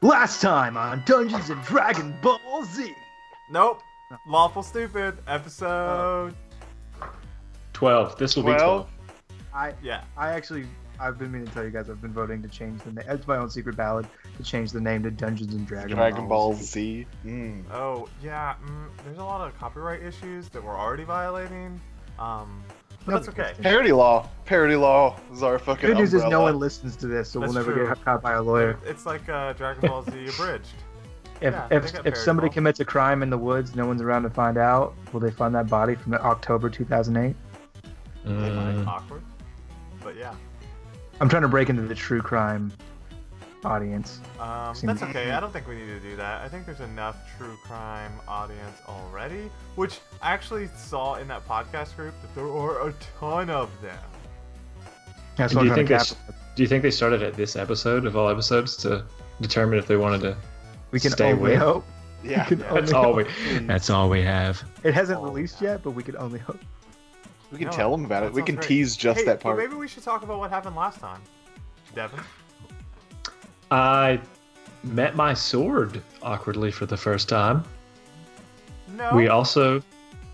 Last time on Dungeons and Dragon Ball Z. Nope. Lawful Stupid, episode. 12. This will be 12. Twelve. I Yeah. I actually I've been meaning to tell you guys I've been voting to change the name. It's my own secret ballot to change the name to Dungeons and Dragon, Dragon Ball Z. Mm. Oh, yeah. Mm, there's a lot of copyright issues that we're already violating. Um, No, but because that's okay. there's- Parody law. Parody law is our fucking Good news is no umbrella. one listens to this, so That's we'll never true. get caught by a lawyer. It's like uh, Dragon Ball Z abridged. If Yeah, they if, got if very somebody involved. commits a crime in the woods, no one's around to find out. Will they find that body from October 2008? They find it Mm, awkward. But yeah. I'm trying to break into the true crime audience. Um, that's okay. I don't think we need to do that. I think there's enough true crime audience already, which I actually saw in that podcast group that there are a ton of them. That's Do what you I'm think trying to it's- cap- do you think they started at this episode of all episodes to determine if they wanted to? we can stay only with- hope. Yeah. We can Yeah. only That's all we. Mm. That's all we have. It hasn't Oh, released yeah. yet, but we can only hope. We can No, tell them about it. that We sounds can great. tease just hey, that but part. maybe we should talk about what happened last time. Devin? I met my sword awkwardly for the first time. Oh. No. We also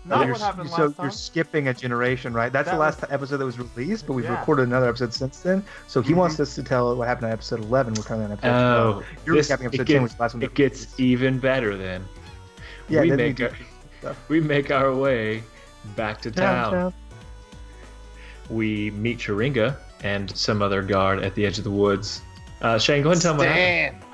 not you're, what happened so last you're time. skipping a generation, right? That's That the last was- episode that was released, but we've Yeah. Mm-hmm. recorded another episode since then. So he wants us to tell what happened in episode 11. We're currently on episode 12. oh, You're this, recapping episode 10, it gets, which is the last one. it that- gets even better then. Yeah, we then make you our, we make our way back to town. We meet Chiringa and some other guard at the edge of the woods. Uh, Shane, go ahead and tell me. what happened. Stan.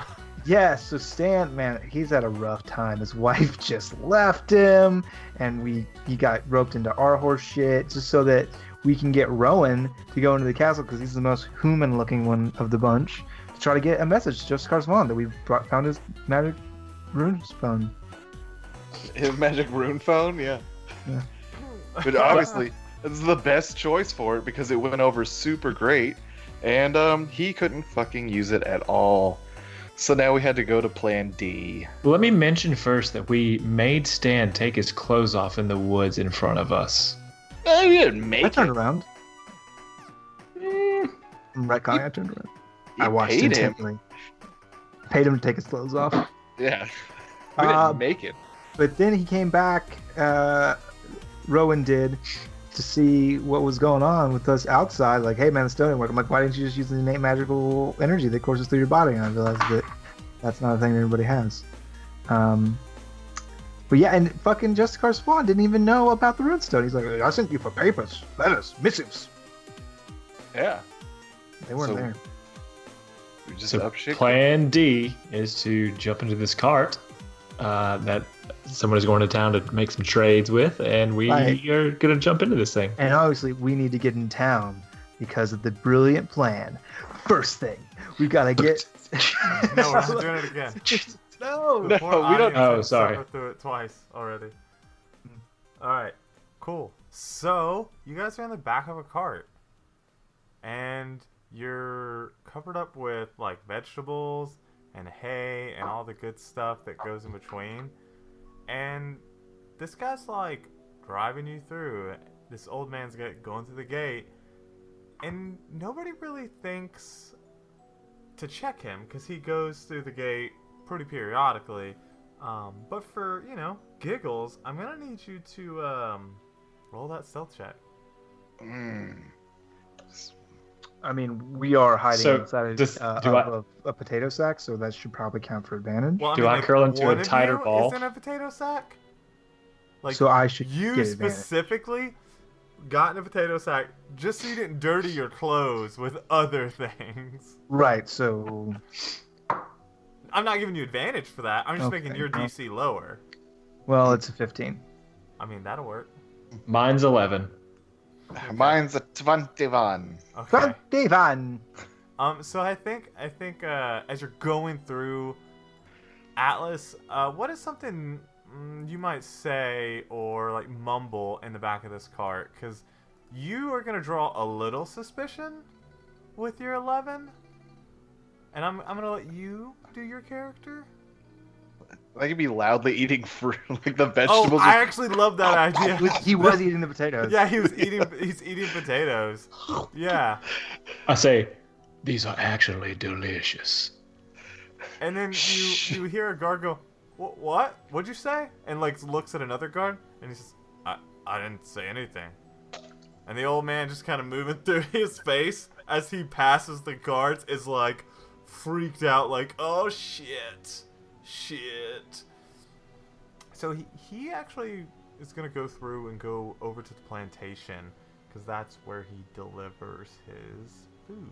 Yeah, so Stan, man, he's had a rough time. His wife just left him, and we he got roped into our horse shit just so that we can get Rowan to go into the castle because he's the most human-looking one of the bunch to try to get a message to Joseph Carswan that we brought, found his magic rune stone. His magic rune phone. Yeah. Yeah. But obviously, it's the best choice for it because it went over super great, and um, he couldn't fucking use it at all. So now we had to go to Plan D. Let me mention first that we made Stan take his clothes off in the woods in front of us. I didn't I make turned it. Mm. around. I'm retconning, I turned around. You I watched paid him. intently. Paid him to take his clothes off. Yeah. We didn't Uh, make it. But then he came back, uh, Rowan did, to see what was going on with us outside. Like, hey, man, the stone didn't work. I'm like, why didn't you just use the innate magical energy that courses through your body? And I realized that that's not a thing that everybody has. Um, but yeah, and fucking Justicar Swan didn't even know about the runestone. He's like, I sent you for papers, letters, missives. Yeah. They weren't So- there. We just So up shit. plan D is to jump into this cart uh, that someone is going to town to make some trades with, and we Right. are going to jump into this thing. And obviously, we need to get in town because of the brilliant plan. First thing, we've got to get. no, we're not doing it again. No. No, Poor we audience don't- Oh, had to sorry. suffer through it twice already. Hmm. All right, cool. So you guys are in the back of a cart, and you're covered up with like vegetables and hay and all the good stuff that goes in between. And this guy's like driving you through. This old man's go- going through the gate, and nobody really thinks to check him because he goes through the gate pretty periodically. Um, but for you know giggles, I'm gonna need you to um, roll that stealth check. Mm. I mean, we are hiding So, inside does- uh, do I- of a, a potato sack, so that should probably count for advantage. Well, Do I curl into a one of tighter you ball? Is in a potato sack. Like so I should you get advantage. specifically got in a potato sack just so you didn't dirty your clothes with other things. right. So I'm not giving you advantage for that. I'm just making Okay. your DC lower. well, it's a fifteen. I mean that'll work. Mine's 11. Mine's a 21. Okay. But Devon, Um, so I think I think uh, as you're going through Atlas, uh, what is something mm, you might say or like mumble in the back of this cart? Because you are gonna draw a little suspicion with your eleven, and I'm I'm gonna let you do your character. They could be loudly eating fruit, like the Oh, vegetables. I actually love that idea. he was eating the potatoes. Yeah, he was eating. He's eating potatoes. Yeah. I say, these are actually delicious. and then you you hear a guard go, "Wh- "What? What'd you say?" And like looks at another guard, and he says, "I I didn't say anything." And the old man just kind of moving through his face as he passes the guards is like freaked out, like, "Oh shit, shit." So he he actually is gonna go through and go over to the plantation because that's where he delivers his food.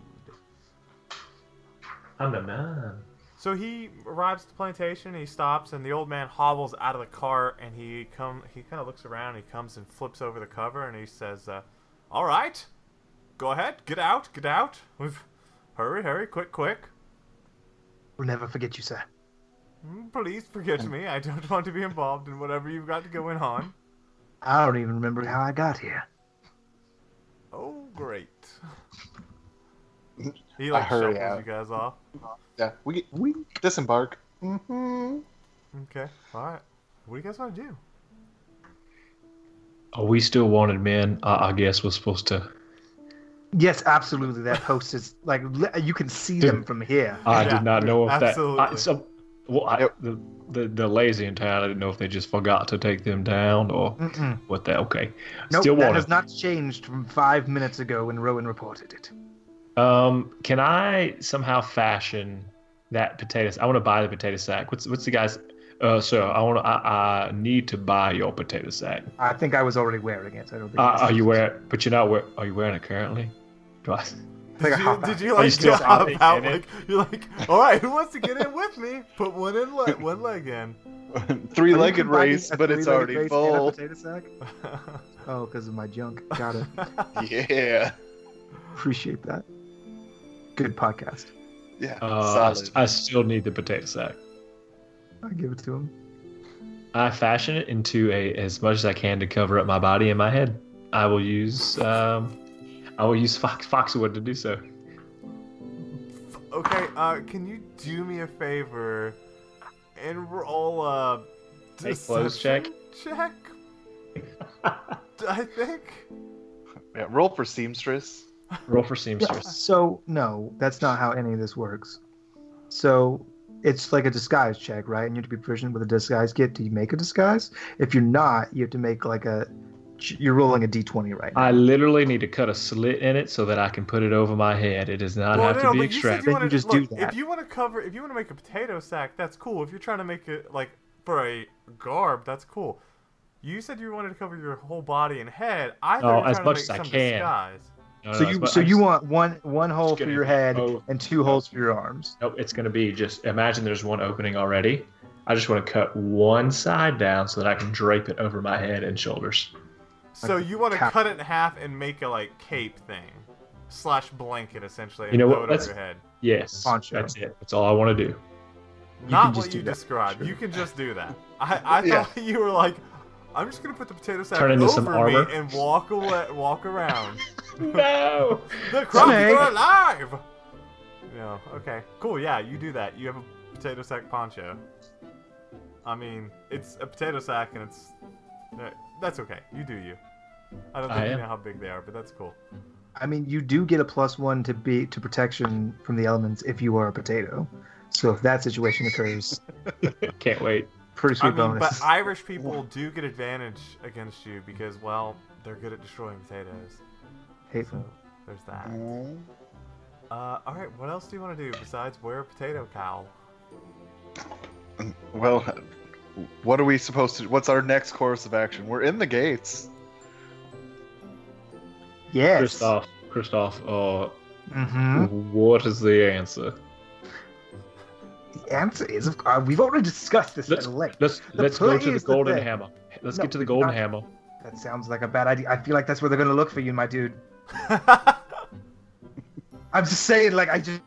I'm the man. So he arrives at the plantation, he stops, and the old man hobbles out of the car, and he come he kind of looks around, he comes and flips over the cover, and he says, uh, "All right, go ahead, get out, get out, We've, hurry, hurry, quick, quick. We'll never forget you, sir. Mm, Please forgive me, I don't want to be involved in whatever you've got going on." I don't even remember how I got here. Oh, great. He I like hurry shuffles out. you guys off. Yeah, we we disembark. Mm-hmm. Okay, all right. What do you guys want to do? Are we still wanted men? I, I guess we're supposed to. Yes, absolutely. That post is like li- you can see Dude. them from here. I Yeah, did not know if that. I, absolutely. some, well, I, Yep. the, the the lazy in town. I didn't know if they just forgot to take them down or Mm-mm. what. That okay. Nope, still that wanted. has not changed from five minutes ago when Rowan reported it. Um, can I somehow fashion that potato? I want to buy the potato sack. What's what's the guy's? Uh, sir, I want. to. I, I need to buy your potato sack. I think I was already wearing it. so I don't think. Uh, it's- are you wearing? But you're not wearing. Are you wearing it currently? Do I? Like Did a you, hop did out. you Are you like still just hop hopping out? in it? Like you're like, all right, who wants to get in with me? Put one in, le- one leg in. Are you Three-legged combining race, a but it's three-legged race already and a full. potato sack? Oh, because of my junk. Got it. Yeah, Appreciate that. Good podcast. yeah. Uh, solid. I, I still need the potato sack. I give it to him. I fashion it into a as much as I can to cover up my body and my head. I will use um, I will use fox foxwood to do so. okay, uh, can you do me a favor and roll a Hey, clothes deception Check, I think. Yeah, roll for seamstress. Roll for Yeah, seamstress. so no, that's not how any of this works. So it's like a disguise check, right? And you have to be proficient with a disguise kit. Do you make a disguise? If you're not, you have to make like a. You're rolling a d20 right now. I literally need to cut a slit in it so that I can put it over my head. It does not Well, have no, to no, be but you said you extracted. Then wanna, you just do look, If that. you want to cover, if you want to make a potato sack, that's cool. If you're trying to make it like for a garb, that's cool. You said you wanted to cover your whole body and head. I Oh, thought you were as trying much to make as I some can. disguise. No, no, so no, you it's- so I'm you just- want one one hole for gonna- your head oh. and two holes for your arms. Nope, it's going to be just imagine there's one opening already. I just want to cut one side down so that I can drape it over my head and shoulders. So Like you want to cap- cut it in half and make a like cape thing, slash blanket essentially, and You know throw what, it let's- over your head. Yes, Poncho. that's it. That's all I want to do. can Not just what do you that, described. sure. You can just do that. I, I Yeah. thought you were like, I'm just gonna put the potato sack Turn into over some me armor. and walk away, walk around. no. The crops Snake. are alive. No. Okay. Cool. Yeah, you do that. You have a potato sack poncho. I mean, it's a potato sack, and it's that- that's okay. You do you. I don't I think you am. know how big they are, but that's cool. I mean, you do get a plus one to be to protection from the elements if you are a potato. So if that situation occurs, Can't wait. pretty sweet I mean, bonus. but Irish people do get advantage against you because, well, they're good at destroying potatoes. Hate So there's that. Uh, all right. What else do you want to do besides wear a potato cowl? Well, what are we supposed to? What's our next course of action? We're in the gates. yes. Christoph, Christoph, uh, hmm what is the answer? The answer is, of uh, we've already discussed this at length. Let's The let's go play to the is the golden thing. hammer. Let's No, get to the golden not- hammer. That sounds like a bad idea. I feel like that's where they're gonna look for you, my dude. I'm just saying, like I just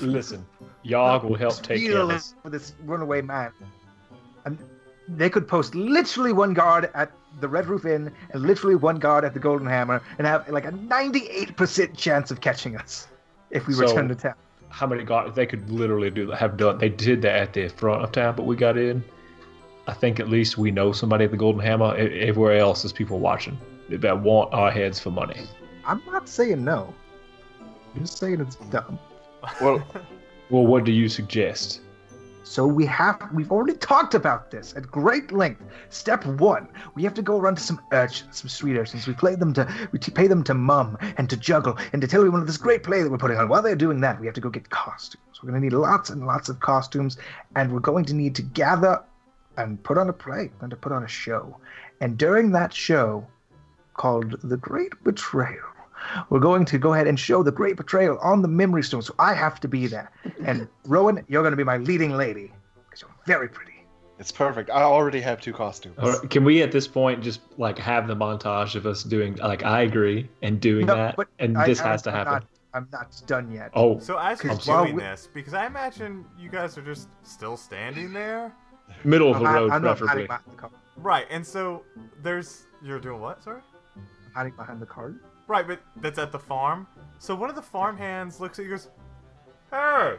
Listen, Yogg will help take care feel of this. for this runaway man. And they could post literally one guard at the Red Roof Inn and literally one guard at the Golden Hammer and have like a 98% chance of catching us if we So- return to town. How many guards? They could literally do have done. They did that at the front of town, but we got in. I think at least we know somebody at the golden hammer. E- Everywhere else is people watching that want our heads for money. I'm not saying no. I'm just saying it's dumb. Well, Well, what do you suggest? So we have we've already talked about this at great length. Step one, we have to go around to some urchins, some street urchins. We play them to we t- pay them to mum and to juggle and to tell everyone of this great play that we're putting on. While they're doing that, we have to go get costumes. We're gonna need lots and lots of costumes, and we're going to need to gather and put on a play, and to put on a show. And during that show, called The Great Betrayal, we're going to go ahead and show the great betrayal on the memory stone. So I have to be there. And Rowan, you're going to be my leading lady because you're very pretty. It's perfect. I already have two costumes. Or can we at this point just like have the montage of us doing like I agree and doing No, that, but and I- this I- has to I'm happen? not- I'm not done yet. Oh, So as you're Because while doing we- this, because I imagine you guys are just still standing there, middle of the I'm- road, I'm not hiding preferably. behind the card. right? And so there's you're doing what? Sorry. I'm hiding behind the card. Right, but that's at the farm. So one of the farm hands looks at you and goes, Hey!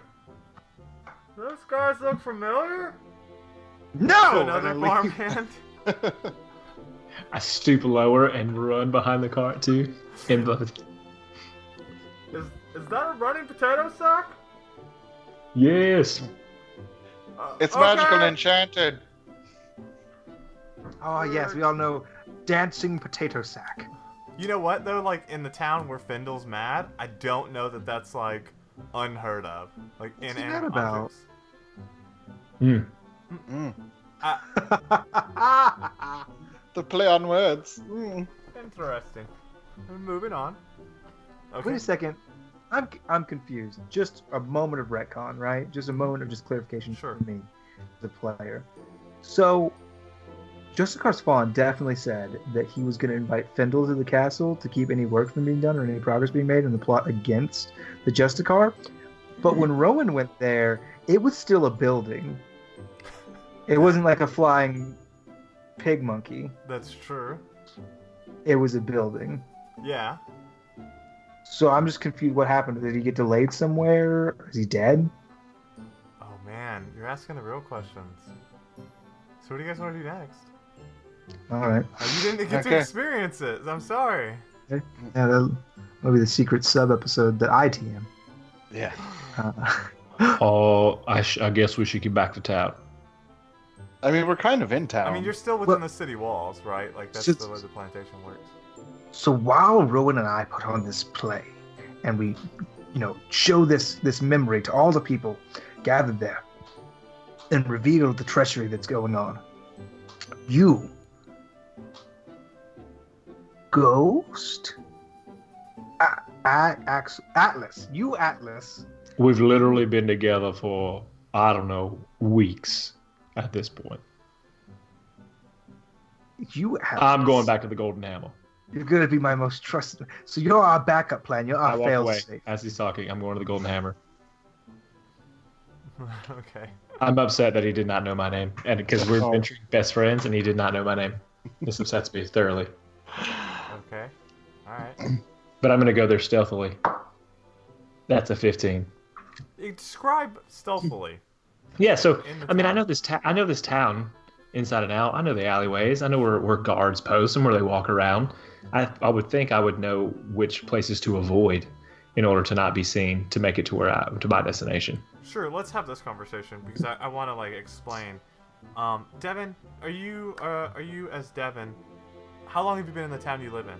Those guys look familiar? No! to And I another leave. farm hand. I stoop lower and run behind the cart too. And both. Is, is that a running potato sack? Yes. Uh, It's okay. magical and enchanted. Oh, yes, we all know Dancing Potato Sack. You know what, though? Like, in the town where Findle's mad, I don't know that that's, like, unheard of. Like, in What's he mad about? objects. Hmm. Mm. That's The play on words. Mm. Interesting. Moving on. Wait Okay. a second. I'm, I'm confused. Just a moment of retcon, right? Just a moment of just clarification Sure. for me, the player. So, Joseph Spawn definitely said that he was going to invite Findle to the castle to keep any work from being done or any progress being made in the plot against the Justicar. But when Mm-hmm. Rowan went there, it was still a building. It wasn't like a flying pig monkey. That's true. It was a building. Yeah. So I'm just confused. What happened? Did he get delayed somewhere? Is he dead? Oh, man. You're asking the real questions. So, what do you guys want to do next? All right. Oh, you didn't get to Okay. experience it. I'm sorry. Yeah, that'll, that'll be the secret sub episode that I TM. Yeah. Uh, Oh, I, sh- I guess we should get back to town. I mean, we're kind of in town. I mean, you're still within Well- the city walls, right? Like that's So- the way the plantation works. so while Rowan and I put on this play, and we, you know, show this this memory to all the people gathered there, and reveal the treachery that's going on, you, Ghost, A- A- Ax- Atlas, you Atlas. We've literally been together for I don't know weeks at this point. You Atlas. I'm going back to the Golden Hammer. You're gonna be my most trusted. So you're our backup plan. You're I our walk fail away safe. as he's talking. I'm going to the Golden Hammer. okay. I'm upset that he did not know my name, and because we've Oh. been best friends, and he did not know my name. This upsets me thoroughly. Okay. All right. But I'm going to go there stealthily. That's a 15. You Describe stealthily. Yeah. So In the I mean, I town. know this. Ta- I know this town inside and out. I know the alleyways. I know where, where guards post and where they walk around. I I would think I would know which places to avoid in order to not be seen to make it to where I to my destination. Sure. Let's have this conversation because I, I want to like explain. Um, Devin, are you uh, are you as Devin? How long have you been in the town you live in?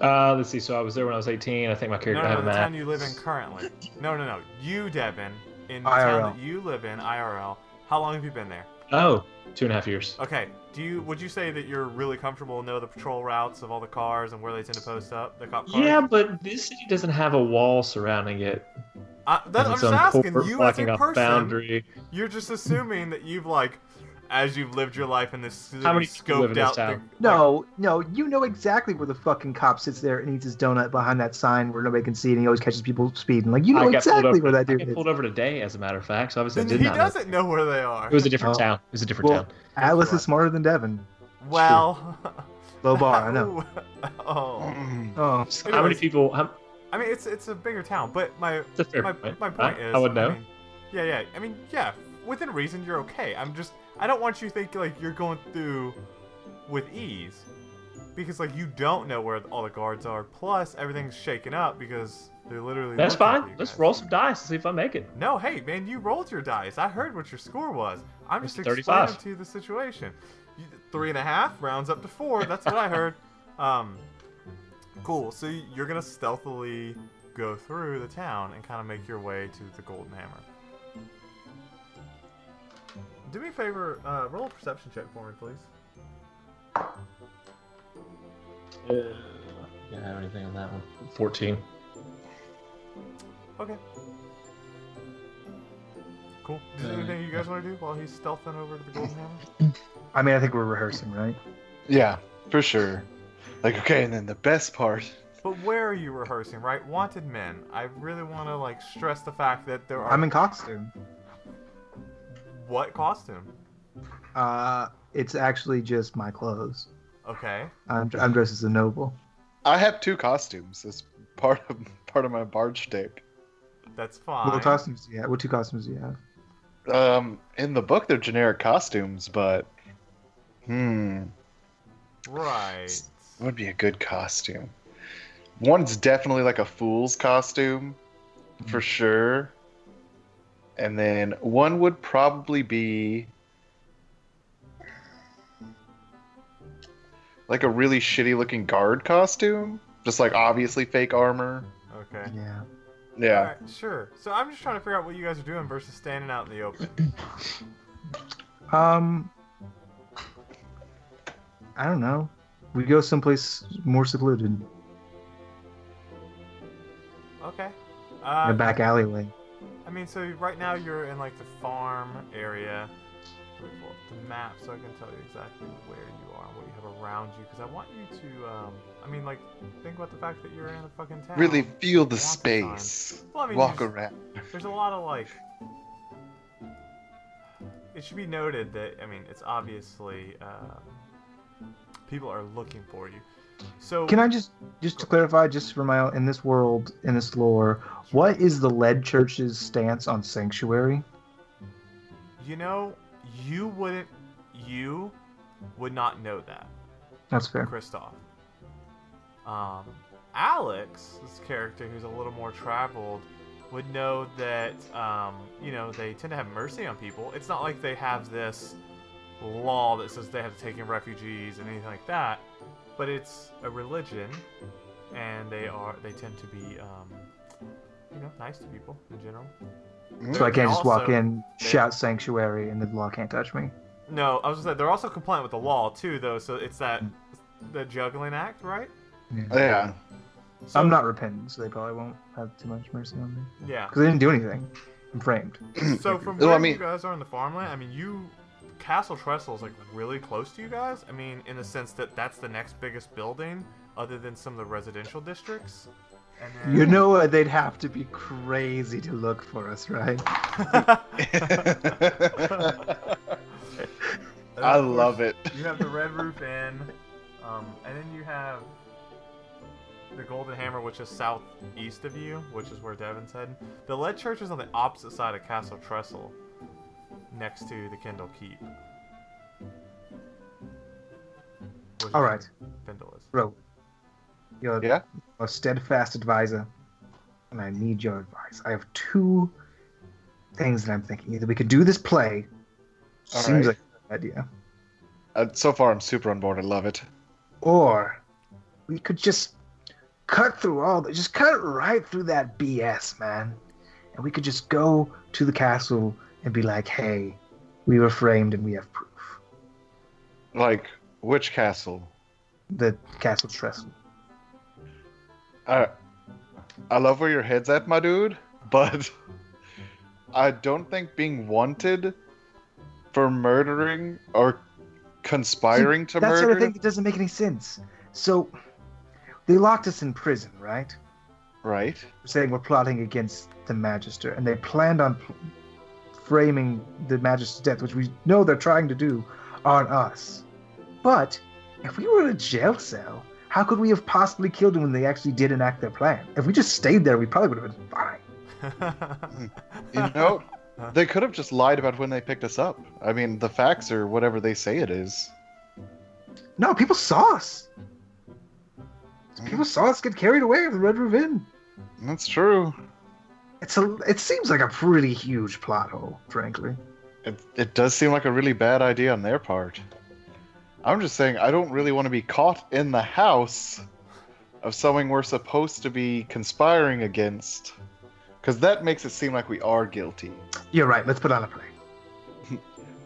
Uh, let's see. So I was there when I was 18. I think my no, character no, had no, a the map. town you live in currently. No, no, no. You, Devin, in the IRL. town that you live in, IRL. How long have you been there? Oh, two and a half years. Okay. Do you would you say that you're really comfortable and know the patrol routes of all the cars and where they tend to post up? The cop cars. Yeah, but this city doesn't have a wall surrounding it. I, Uh, that, I'm It has just its own asking court you as blocking a off person. boundary. You're just assuming that you've like, as you've lived your life in this city, How many people live scoped in this out. The, town? No, no, you know exactly where the fucking cop sits there and eats his donut behind that sign where nobody can see, and he always catches people speeding. Like you I know got pulled exactly over- where that I dude got is. pulled over today, as a matter of fact. So obviously I Then did he not. know. doesn't know where they are. It was a different Oh. town. It was a different Well- town. Atlas That's is smarter than Devin. well, Low bar, I know. oh, Mm. Oh, How many Anyways, people? How, I mean, it's it's a bigger town, but my it's a fair my, point. my point I, is, uh, I would know. mean, yeah, yeah. I mean, yeah. Within reason, you're okay. I'm just, I don't want you to think like you're going through with ease, because like you don't know where all the guards are. Plus, everything's shaken up because They literally. That's looked at fine. you Let's guys. roll some dice and see if I make it. No, hey man, you rolled your dice. I heard what your score was. I'm It's just 35. explaining to you the situation. You, three and a half rounds up to four. That's what I heard. Um, cool. So you're gonna stealthily go through the town and kind of make your way to the Golden Hammer. Do me a favor. Uh, roll a perception check for me, please. Uh, I don't have anything on that one. 14. Okay. Cool. Is there Uh, anything you guys want to do while he's stealthing over to the Golden Hammer? I mean, I think we're rehearsing, right? Yeah, for sure. Like, okay, and then the best part. But where are you rehearsing, right? Wanted men. I really want to like stress the fact that there are. I'm in costume. what costume? Uh, it's actually just my clothes. Okay. I'm, I'm dressed as a noble. I have two costumes as part of part of my bard shtick. That's fine. What costumes do you have? What two costumes do you have? Um, in the book, they're generic costumes, but hmm, Right. what would be a good costume? One's definitely like a fool's costume, for sure. And then one would probably be like a really shitty looking guard costume, just like obviously fake armor. Okay. Yeah. Yeah. Alright, sure. So I'm just trying to figure out what you guys are doing versus standing out in the open. Um, I don't know. We go someplace more secluded, Okay. in Uh, a back alleyway. I mean, so right now you're in like the farm area. Let me pull up the map so I can tell you exactly where you are and what you have around you. Because I want you to, um, I mean, like, think about the fact that you're in a fucking town. Really feel the Walk around. space. Well, I mean, Walk there's- around. There's a lot of like. It should be noted that I mean it's obviously uh, people are looking for you. So Can I just, just to clarify, just for my own, in this world, in this lore, what is the lead church's stance on sanctuary? You know, you wouldn't. You would not know that, That's fair. Kristoff. Um, Alex, this character who's a little more traveled, would know that um, you know they tend to have mercy on people. It's not like they have this law that says they have to take in refugees and anything like that, but it's a religion, and they are they tend to be um, you know nice to people in general. So I can't just walk Also- in, shout sanctuary, and the law can't touch me. No, I was just saying they're also compliant with the law too, though. So it's that the juggling act, right? Yeah. So, I'm not repentant, so they probably won't have too much mercy on me Yeah. because I didn't do anything. I'm framed. So from Well, where I mean- you guys are in the farmland, I mean, you Castle Trestle is like really close to you guys. I mean, in the sense that that's the next biggest building, other than some of the residential districts. And then... You know what? They'd have to be crazy to look for us, right? I love it. You have the Red Roof Inn, um, and then you have the Golden Hammer, which is southeast of you, which is where Devon's heading. The Lead Church is on the opposite side of Castle Trestle, next to the Kendall Keep. Which is All right, where Kendall is. Rowan. You're Yeah? a steadfast advisor, and I need your advice. I have two things that I'm thinking. Either we could do this play, All seems right. like a good idea, Uh, so far, I'm super on board. I love it. or we could just cut through all the, just cut right through that BS, man. And we could just go to the castle and be like, hey, we were framed and we have proof. Like, which castle? The castle trestle. I, I love where your head's at, my dude, but I don't think being wanted for murdering or conspiring to that murder. sort of thing that doesn't make any sense. So they locked us in prison, right? Right? Saying we're plotting against the Magister, and they planned on pl- framing the Magister's death, which we know they're trying to do, on us. But if we were in a jail cell, how could we have possibly killed him when they actually did enact their plan? If we just stayed there, we probably would have been fine. You know, they could have just lied about when they picked us up. I mean, the facts are whatever they say it is. No, people saw us. People saw us get carried away with the Red Roof Inn. Mm, That's true. It's a. It seems like a pretty huge plot hole, frankly. It, it does seem like a really bad idea on their part. I'm just saying, I don't really want to be caught in the house of someone we're supposed to be conspiring against, because that makes it seem like we are guilty. You're right. Let's put on a play.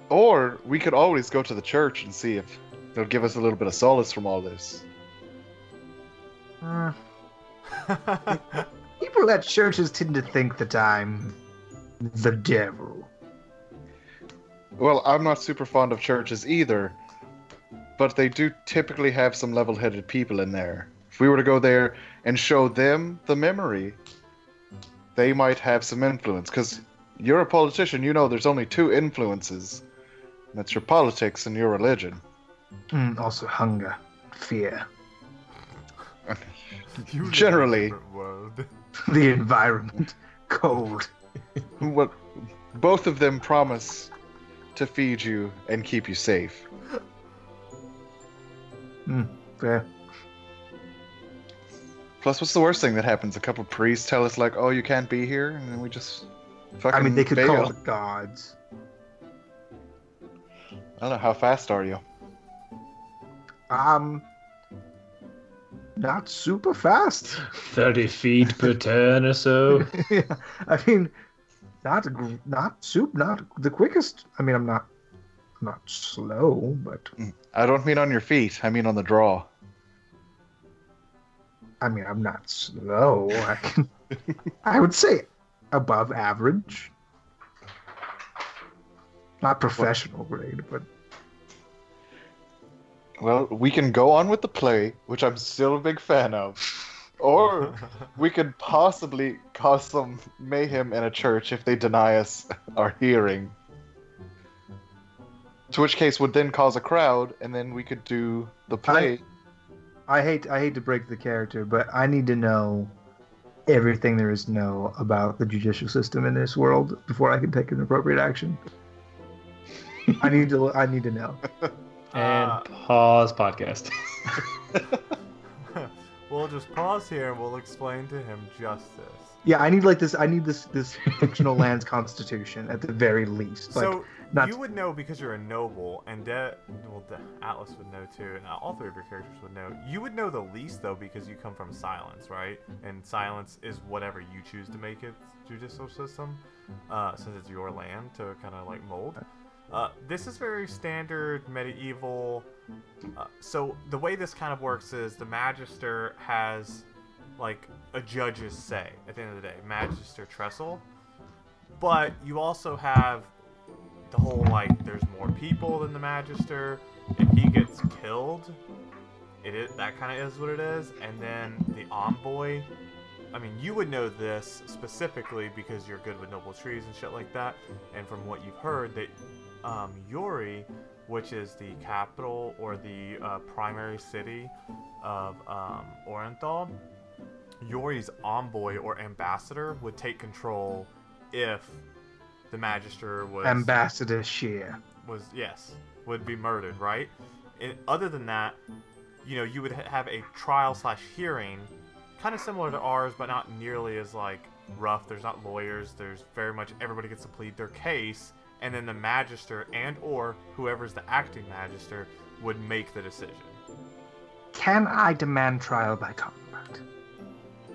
Or we could always go to the church and see if they'll give us a little bit of solace from all this. Mm. People at churches tend to think that I'm the devil. Well, I'm not super fond of churches either, but they do typically have some level headed people in there. If we were to go there and show them the memory, they might have some influence. Because you're a politician, you know there's only two influences and that's your politics and your religion. Mm, also, hunger, fear, You live in a Generally. different world. the environment, cold. What, both of them promise to feed you and keep you safe. Fair. Plus, what's the worst thing that happens? A couple priests tell us like, "Oh, you can't be here," and then we just fucking. I mean, they could bail. call the gods. I don't know how fast are you. Um, not super fast. 30 feet per turn or so. I mean, not gr- not super, not the quickest. I mean, I'm not I'm not slow, but I don't mean on your feet. I mean on the draw. I mean, I'm not slow. I can, I would say above average. Not professional grade, but Well, we can go on with the play, which I'm still a big fan of, or we could possibly cause some mayhem in a church if they deny us our hearing. To which case would then cause a crowd, and then we could do the play. I hate I hate to break the character, but I need to know everything there is to know about the judicial system in this world before I can take an appropriate action. I need to I need to know. And Uh, pause podcast. we'll just pause here and we'll explain to him justice. Yeah, I need like this. I need this this fictional land's constitution at the very least. Like, so not- you would know because you're a noble, and De- well, De- Atlas would know too, and all three of your characters would know. You would know the least though because you come from silence, right? And silence is whatever you choose to make it judicial system, uh, since it's your land to kind of like mold. Uh, this is very standard medieval. Uh, so the way this kind of works is the magister has like a judge's say at the end of the day, magister trestle. But you also have the whole like there's more people than the magister. If he gets killed, it is, that kind of is what it is. And then the envoy. I mean, you would know this specifically because you're good with noble trees and shit like that. And from what you've heard, that um, Yuri, which is the capital or the uh, primary city of um, Orenthal, Yori's envoy or ambassador would take control if the magister was Ambassador Shear. was yes would be murdered right and other than that you know you would ha- have a trial slash hearing kind of similar to ours but not nearly as like rough there's not lawyers there's very much everybody gets to plead their case and then the magister and or whoever's the acting magister would make the decision Can I demand trial by combat?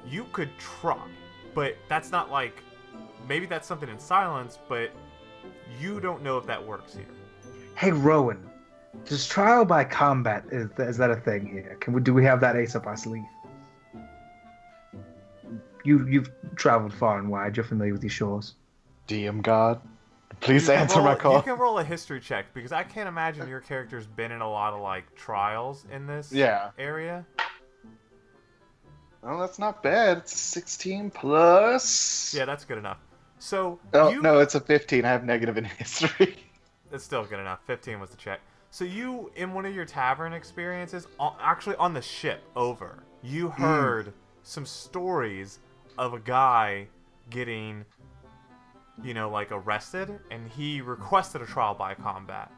you could try but that's not like maybe that's something in silence but you don't know if that works here Hey, Rowan, does trial by combat is, is that a thing here? Can we do we have that ace up our sleeve? You you've traveled far and wide. You're familiar with these shores. DM God, please You can answer my roll- call. You can roll a history check because I can't imagine your character's been in a lot of like trials in this Yeah. area. Oh, that's not bad. It's 16 plus. Yeah, that's good enough. So Oh, you, no, it's a 15. I have negative in history. it's still good enough. Fifteen was the check. So you, in one of your tavern experiences, o- actually on the ship over, you Hmm. heard some stories of a guy getting, you know, like arrested, and he requested a trial by combat.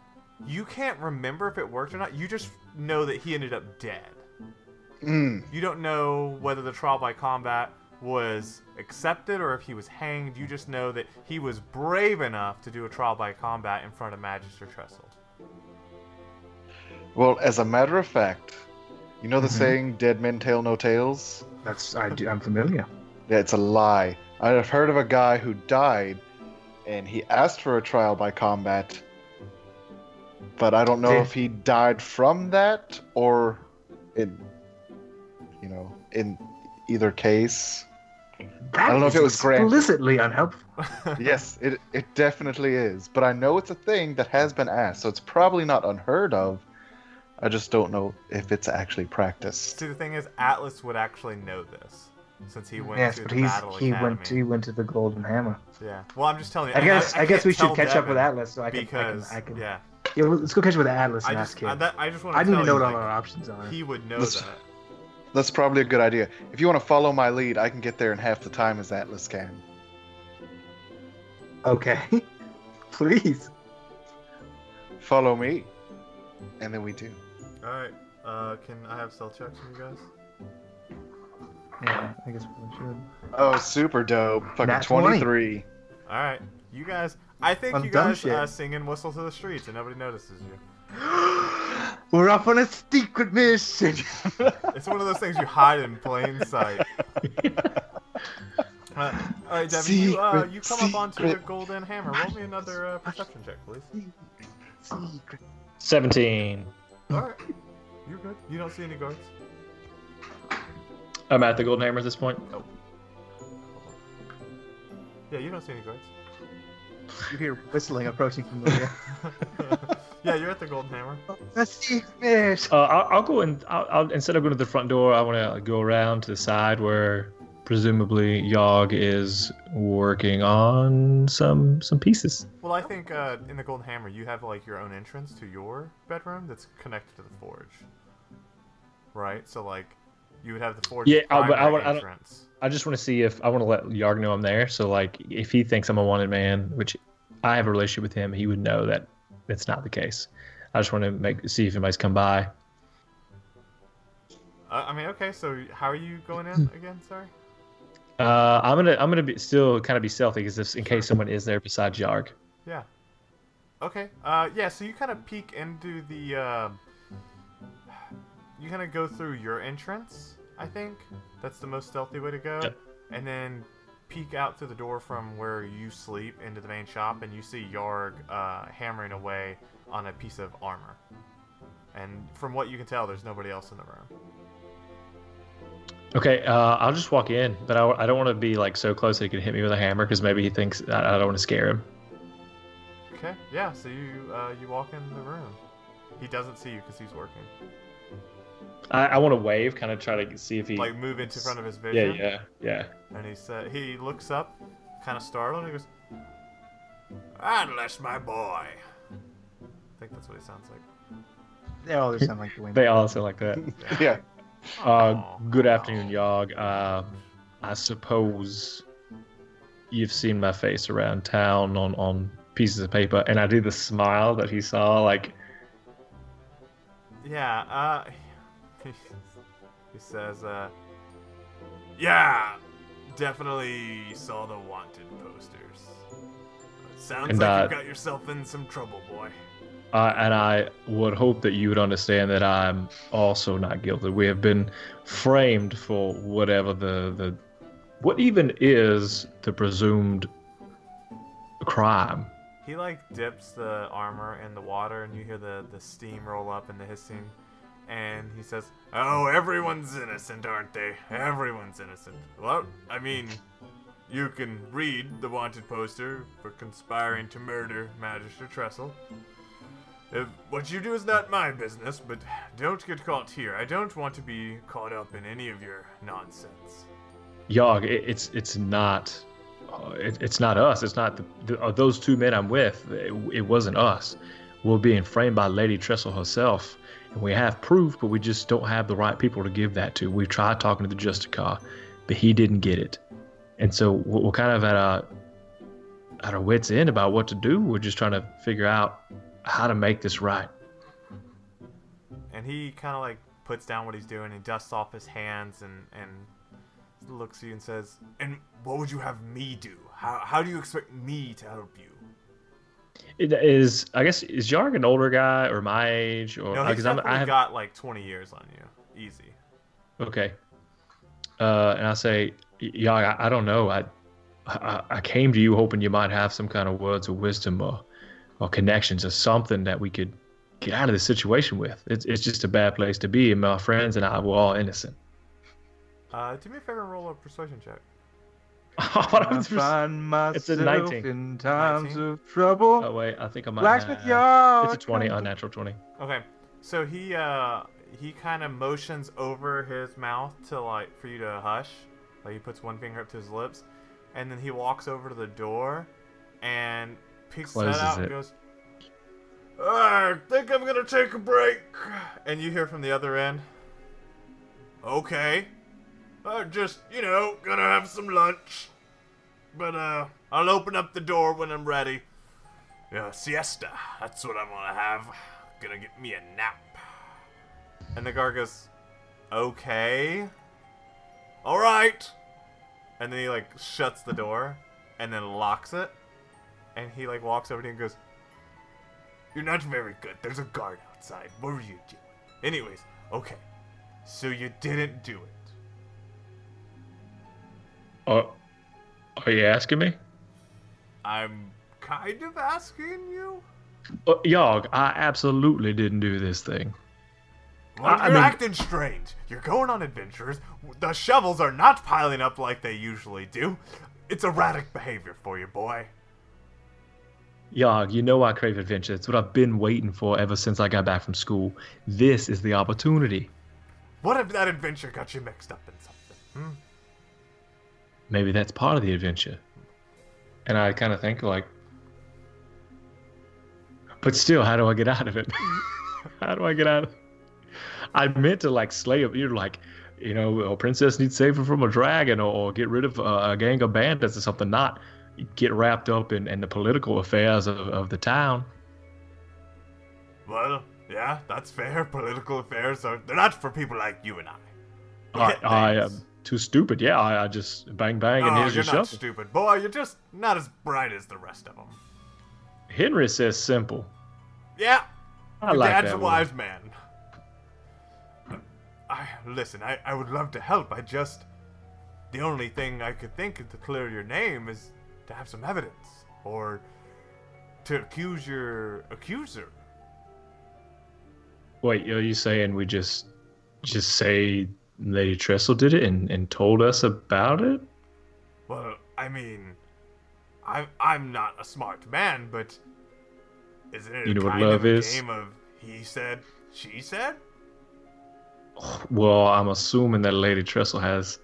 You can't remember if it worked or not. You just know that he ended up dead. Mm. You don't know whether the trial by combat was accepted or if he was hanged. You just know that he was brave enough to do a trial by combat in front of Magister Trestle. Well, as a matter of fact, you know the Mhm. saying "dead men tell no tales." That's I do, I'm familiar. Yeah, it's a lie. I've heard of a guy who died, and he asked for a trial by combat, but I don't know Did- if he died from that or, in, you know, in either case. That don't know if is it was granted. explicitly unhelpful. yes, it it definitely is. But I know it's a thing that has been asked, so it's probably not unheard of. I just don't know if it's actually practiced. See, the thing is, Atlas would actually know this since he went Mm, yes, to but the he's Battle he Academy. went to, he went to the Golden Hammer. Yeah. Well, I'm just telling you. I and guess I, guess can't we should tell catch up with Devin Atlas so I can because I can, I can yeah, yeah. let's go catch up with Atlas I and just ask him. I, that, I just want to I need tell to know you, what all like, our options are. he would know Let's- that. That's probably a good idea. If you want to follow my lead, I can get there in half the time as Atlas can. Okay, please. Follow me, and then we do. All right. Uh, can I have stealth checks from you guys? Yeah, I guess we should. Oh, super dope! Fucking Nat 20. twenty-three. All right. You guys. I think On you dumb guys shit. uh, sing and whistle to the streets and nobody notices you. We're off on a secret mission. It's one of those things you hide in plain sight. Uh, all right, Devin, you, uh, Secret, you come up onto the secret. golden hammer. Roll me another uh, perception check, please. secret. 17. All right, you're good. You don't see any guards. I'm at the Golden Hammer at this point. Yeah, you don't see any guards. You hear whistling approaching from the rear. yeah, you're at the golden hammer. a secret mission. Uh, I'll, I'll go and I'll, I'll, instead of going to the front door, I want to go around to the side where presumably Yogg is working on some some pieces. Well, I think uh, in the golden hammer you have like your own entrance to your bedroom that's connected to the forge. Right. So like, you would have the forge. Yeah, I- but I primary would- I don't- entrance. I just want to see if I want to let Yogg know I'm there. So like, if he thinks I'm a wanted man, which I have a relationship with him, he would know that it's not the case. I just want to make see if anybody's come by. Uh, I mean, okay. So how are you going in again? Sorry. Uh, I'm gonna I'm gonna be still kind of be stealthy because if in case someone is there besides Yogg. Yeah. Okay. Uh, yeah. So you kind of peek into the. um you kind of go through your entrance. I think that's the most stealthy way to go, Yep. and then peek out through the door from where you sleep into the main shop, and you see Yarg uh, hammering away on a piece of armor. And from what you can tell, there's nobody else in the room. Okay, uh, I'll just walk in, but I, I don't want to be like so close that he could hit me with a hammer because maybe he thinks I, I don't want to scare him. Okay. Yeah. So you uh, you walk in the room. He doesn't see you because he's working. I, I want to wave, kind of try to see if he. Like move into front of his yeah, vision. yeah, yeah. And he said he looks up, kind of startled, and he goes, "Atlas, my boy." I think that's what he sounds like. They all just sound like Dwayne. They all sound like that. Yeah. Uh, good afternoon, Yog. Uh, I suppose you've seen my face around town on on pieces of paper, and I do the smile that he saw. Like, Yeah. Uh, he says, uh, "Yeah, definitely saw the wanted posters. Sounds And, like uh, you've got yourself in some trouble, boy." Uh, and I would hope that you would understand that I'm also not guilty. We have been framed for whatever the, the what even is the presumed crime. He like dips the armor in the water, and you hear the the steam roll up and the hissing. And he says, "Oh, everyone's innocent, aren't they? Everyone's innocent. Well, I mean, you can read the wanted poster for conspiring to murder Magister Trestle. If, what you do is not my business, but don't get caught here. I don't want to be caught up in any of your nonsense. Yog, it, it's it's not, uh, it, it's not us. It's not the, the uh, those two men I'm with. It, it wasn't us. We're being framed by Lady Trestle herself, and we have proof, but we just don't have the right people to give that to. We've tried talking to the Justicar, but he didn't get it, and so we're, we're kind of at a at our wits end about what to do. We're just trying to figure out how to make this right. and he kind of like puts down what he's doing and dusts off his hands and and looks at you and says, "And what would you have me do? How how do you expect me to help you?" It is I guess is Yarg an older guy or my age or no, he's because uh, I'm definitely I have, got like 20 years on you, easy. okay. Uh, and I say, Yarg, I, I don't know. I, I I came to you hoping you might have some kind of words of wisdom or or connections or something that we could get out of this situation with. It's it's just a bad place to be, and my friends and I were all innocent. Uh, do me a favor and roll a persuasion check. What I was- find myself it's a 19. in times 19? of trouble. oh wait, I think I might. Blacksmith have- yard. It's a twenty, unnatural twenty. Okay, so he uh he kind of motions over his mouth to like for you to hush. Like he puts one finger up to his lips, and then he walks over to the door, and picks that Closes out and it. goes. I think I'm gonna take a break. And you hear from the other end. Okay. I'm just, you know, gonna have some lunch. But uh I'll open up the door when I'm ready. Yeah, siesta. That's what I'm gonna have. Gonna get me a nap. And the guard goes, Okay. Alright. And then he like shuts the door and then locks it. And he like walks over to you and goes, You're not very good. There's a guard outside. What were you doing? Anyways, okay. So you didn't do it. Oh, are you asking me? I'm kind of asking you. Uh, Yogg, I absolutely didn't do this thing. Well, I- I you're mean- acting strange. You're going on adventures. The shovels are not piling up like they usually do. It's erratic behavior for you, boy. Yogg, you know I crave adventure. It's what I've been waiting for ever since I got back from school. This is the opportunity. What if that adventure got you mixed up in something? Hmm? Maybe that's part of the adventure. And I kind of think like, but still, how do I get out of it? how do I get out? Of... I meant to like slay a You're like, you know, a princess needs saving from a dragon, or, or get rid of uh, a gang of bandits or something. Not get wrapped up in, in the political affairs of, of the town. Well, yeah, that's fair. Political affairs are they're not for people like you and I. We I, hit I uh, things. am too stupid. Yeah, I, I just bang bang, and oh, here's you're your not shovel. stupid, boy. You're just not as bright as the rest of them. Henry says simple. Yeah, I Your like dad's that a one. wise man. I listen. I, I would love to help. I just the only thing I could think to clear your name is to have some evidence or to accuse your accuser. Wait, are you saying we just just say Lady Trestle did it and, and told us about it? Well, I mean, I'm I'm not a smart man, but is it You know what kind love of a is? game of he said, she said? Well, I'm assuming that Lady Trestle has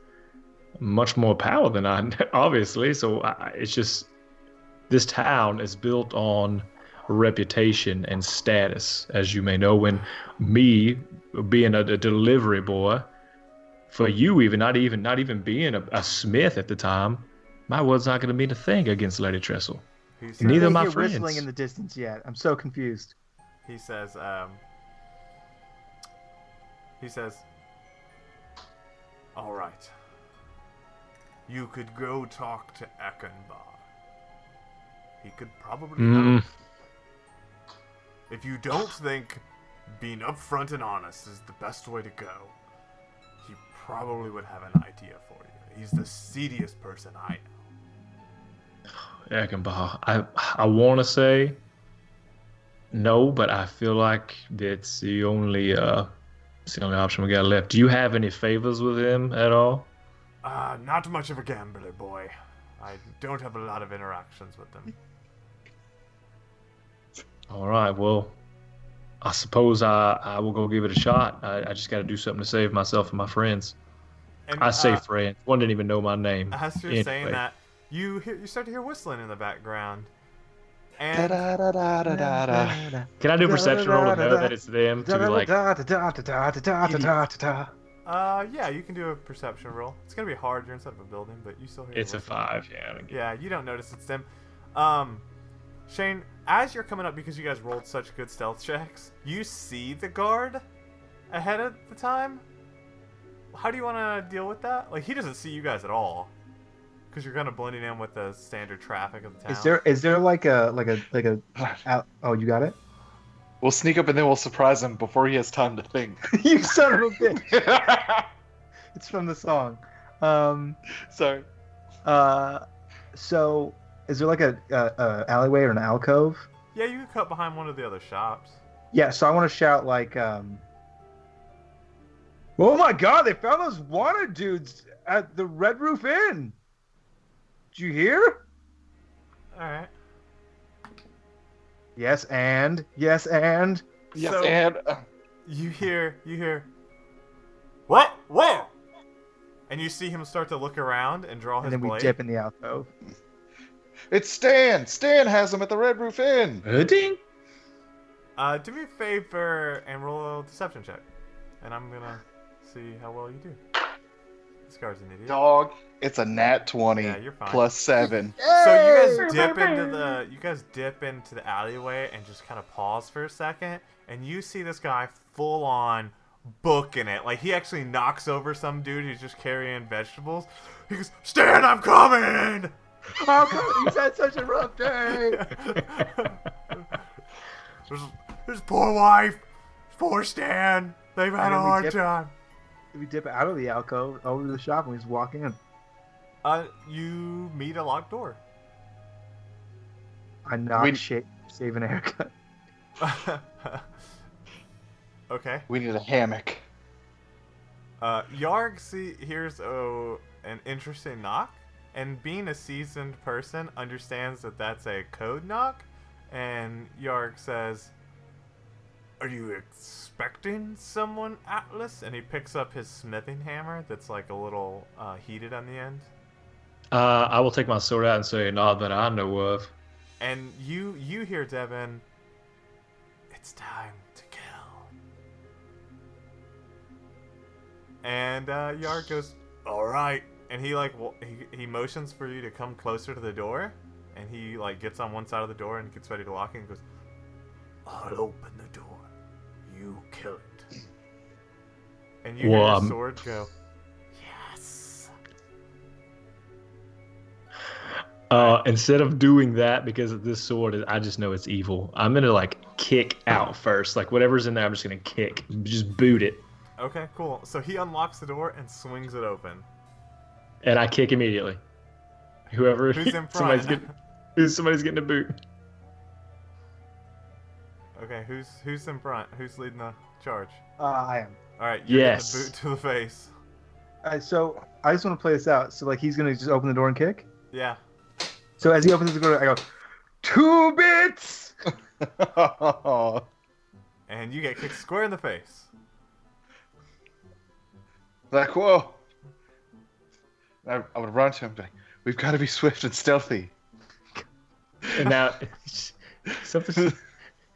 much more power than I, obviously. So I, I- it's just this town is built on reputation and status, as you may know. When me being a, a delivery boy, for you even not even not even being a, a smith at the time, my word's not going to mean a thing against Lady Trestle. He said, Neither I of my think you're whistling friends. in the distance yet. I'm so confused. He says, um, he says, all right. You could go talk to Ekenbar. He could probably Mm. help. If you don't think being upfront and honest is the best way to go, he probably would have an idea for you. He's the seediest person I know. Eckenbach. I I want to say no, but I feel like that's the only uh, it's the only option we got left. Do you have any favors with him at all? Uh, not much of a gambler, boy. I don't have a lot of interactions with them. All right, well, I suppose I I will go give it a shot. I, I just got to do something to save myself and my friends. And, I say uh, friends. One didn't even know my name. As you're saying Anyway. that, you hear, you start to hear whistling in the background, and Da-da-da-da-da-da. Can I do a perception roll to know that it's them? To be like, Da-da-da-da-da-da-da-da-da-da. uh, yeah, you can do a perception roll. It's gonna be hard. You're inside of a building, but you still hear. it's a whistling. five. Yeah. I don't get- Yeah, you don't notice it's them. Um, Shane, as you're coming up because you guys rolled such good stealth checks, you see the guard ahead of the time, how do you want to deal with that? Like, he doesn't see you guys at all, because you're kind of blending in with the standard traffic of the town. Is there is there like a like a like a out, oh you got it? We'll sneak up and then we'll surprise him before he has time to think. you son of a bitch! It's from the song. Um, Sorry. uh, so is there like a, a, a alleyway or an alcove? Yeah, you could cut behind one of the other shops. Yeah, so I want to shout like, um, "Oh my God! They found those wanted dudes at the Red Roof Inn. Did you hear? All right. Yes, and yes, and Yes, So- and uh, You hear, you hear, what? Where? And you see him start to look around and draw Oh, his and then we blade. dip in the alcove. it's Stan. Stan has him at the Red Roof Inn. Uh, ding. Uh, do me a favor and roll a deception check, and I'm gonna see how well you do. This guy's an idiot. Dog. It's a nat twenty Yeah, you're fine. plus seven. So you Hey! guys dip into the you guys dip into the alleyway and just kind of pause for a second, and you see this guy full on booking it. Like he actually knocks over some dude who's just carrying vegetables. He goes, "Stan, I'm coming!" Oh, God, he's had such a rough day. his, his poor wife, his poor Stan. They've had And a then we hard dip- time. we dip out of the alcove over to the shop and we just walk in. Uh, you meet a locked door. I knock, We- shake, save an haircut. okay. We need a hammock. Uh, Yarg see hears a, an interesting knock, and being a seasoned person understands that that's a code knock, and Yarg says, "Are you expecting someone, Atlas?" And he picks up his smithing hammer that's like a little uh, heated on the end, Uh, I will take my sword out and say, "Not that I know of." and you you hear Devin. It's time to kill. And uh, Yarg goes, "All right," and he like wa- he, he motions for you to come closer to the door, and he like gets on one side of the door and gets ready to lock it and goes, "I'll open the door. You kill it." And you Well, hear um, his sword go, "Yes." Uh, instead of doing that, because of this sword, is- I just know it's evil. I'm gonna like kick out first. Like whatever's in there, I'm just gonna kick, just boot it, Okay, cool. So he unlocks the door and swings it open. and I kick immediately. Whoever Who's in somebody's front? getting, who's somebody's getting a boot. Okay, who's who's in front? Who's leading the charge? Uh, I am. All right, you're getting Yes. the boot to the face. Uh, so I just want to play this out. So like he's gonna just open the door and kick. Yeah. So as he opens the door, I go, two bits. And you get kicked square in the face. like whoa. I, I would run to him. be Like, We've got to be swift and stealthy. And now, something,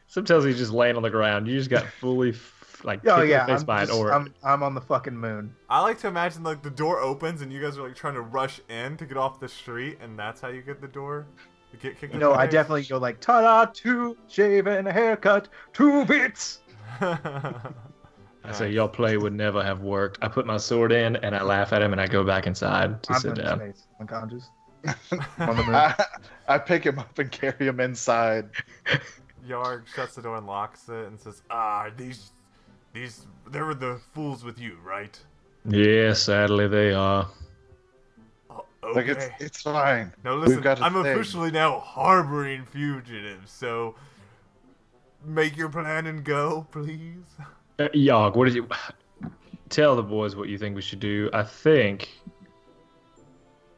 some tells you just laying on the ground. You just got fully f- like Oh kicked yeah, in the face I'm, by just- an orc. I'm I'm on the fucking moon. I like to imagine like the door opens and you guys are like trying to rush in to get off the street, and that's how you get the door. You get kicked. in no, the I face. definitely go like, ta-da, two shave and a haircut, two bits. I say y'all play would never have worked. I put my sword in and I laugh at him and I go back inside to I'm sit in his down. face, unconscious. Nice. I, I pick him up and carry him inside. Yarg shuts the door and locks it and says, "Ah, these, these, they were the fools with you, right? Yeah, sadly they are. Oh, Like it's okay. it's fine. Now We've listen, got a I'm thing. officially now harboring fugitives, so make your plan and go, please. Uh, Yog, what did you tell the boys what you think we should do? I think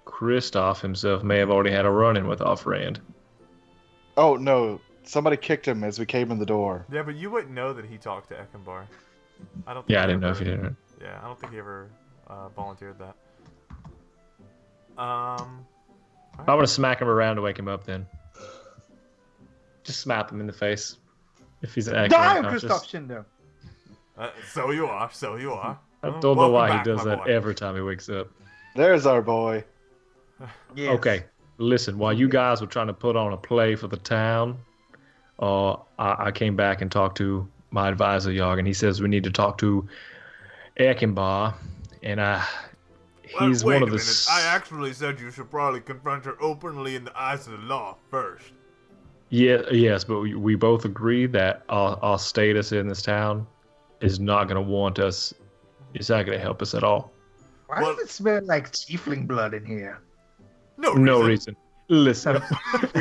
Kristoff himself may have already had a run in with Offrand. Oh no! Somebody kicked him as we came in the door. Yeah, but you wouldn't know that he talked to Ekenbar. I don't. Think Yeah, I didn't know if ever- you did. or- Yeah, I don't think he ever uh, volunteered that. Um, I want to smack him around to wake him up then. Just smack him in the face if he's actually Die, unconscious. Christoph Schindler. uh, so you are, so you are. I Uh, don't know welcome why back, he does my that boy. every time he wakes up. There's our boy. Yes. Okay, listen. While you guys were trying to put on a play for the town, uh, I, I came back and talked to my advisor Yarg, and he says we need to talk to Ekinbar and uh, Well, he's wait one a of the. minute. s- I actually said you should probably confront her openly in the eyes of the law first. Yeah, yes, but we, we both agree that our, our status in this town is not going to want us. It's not going to help us at all. Why Well- does it smell like tiefling blood in here? No, No reason. reason. Listen, That's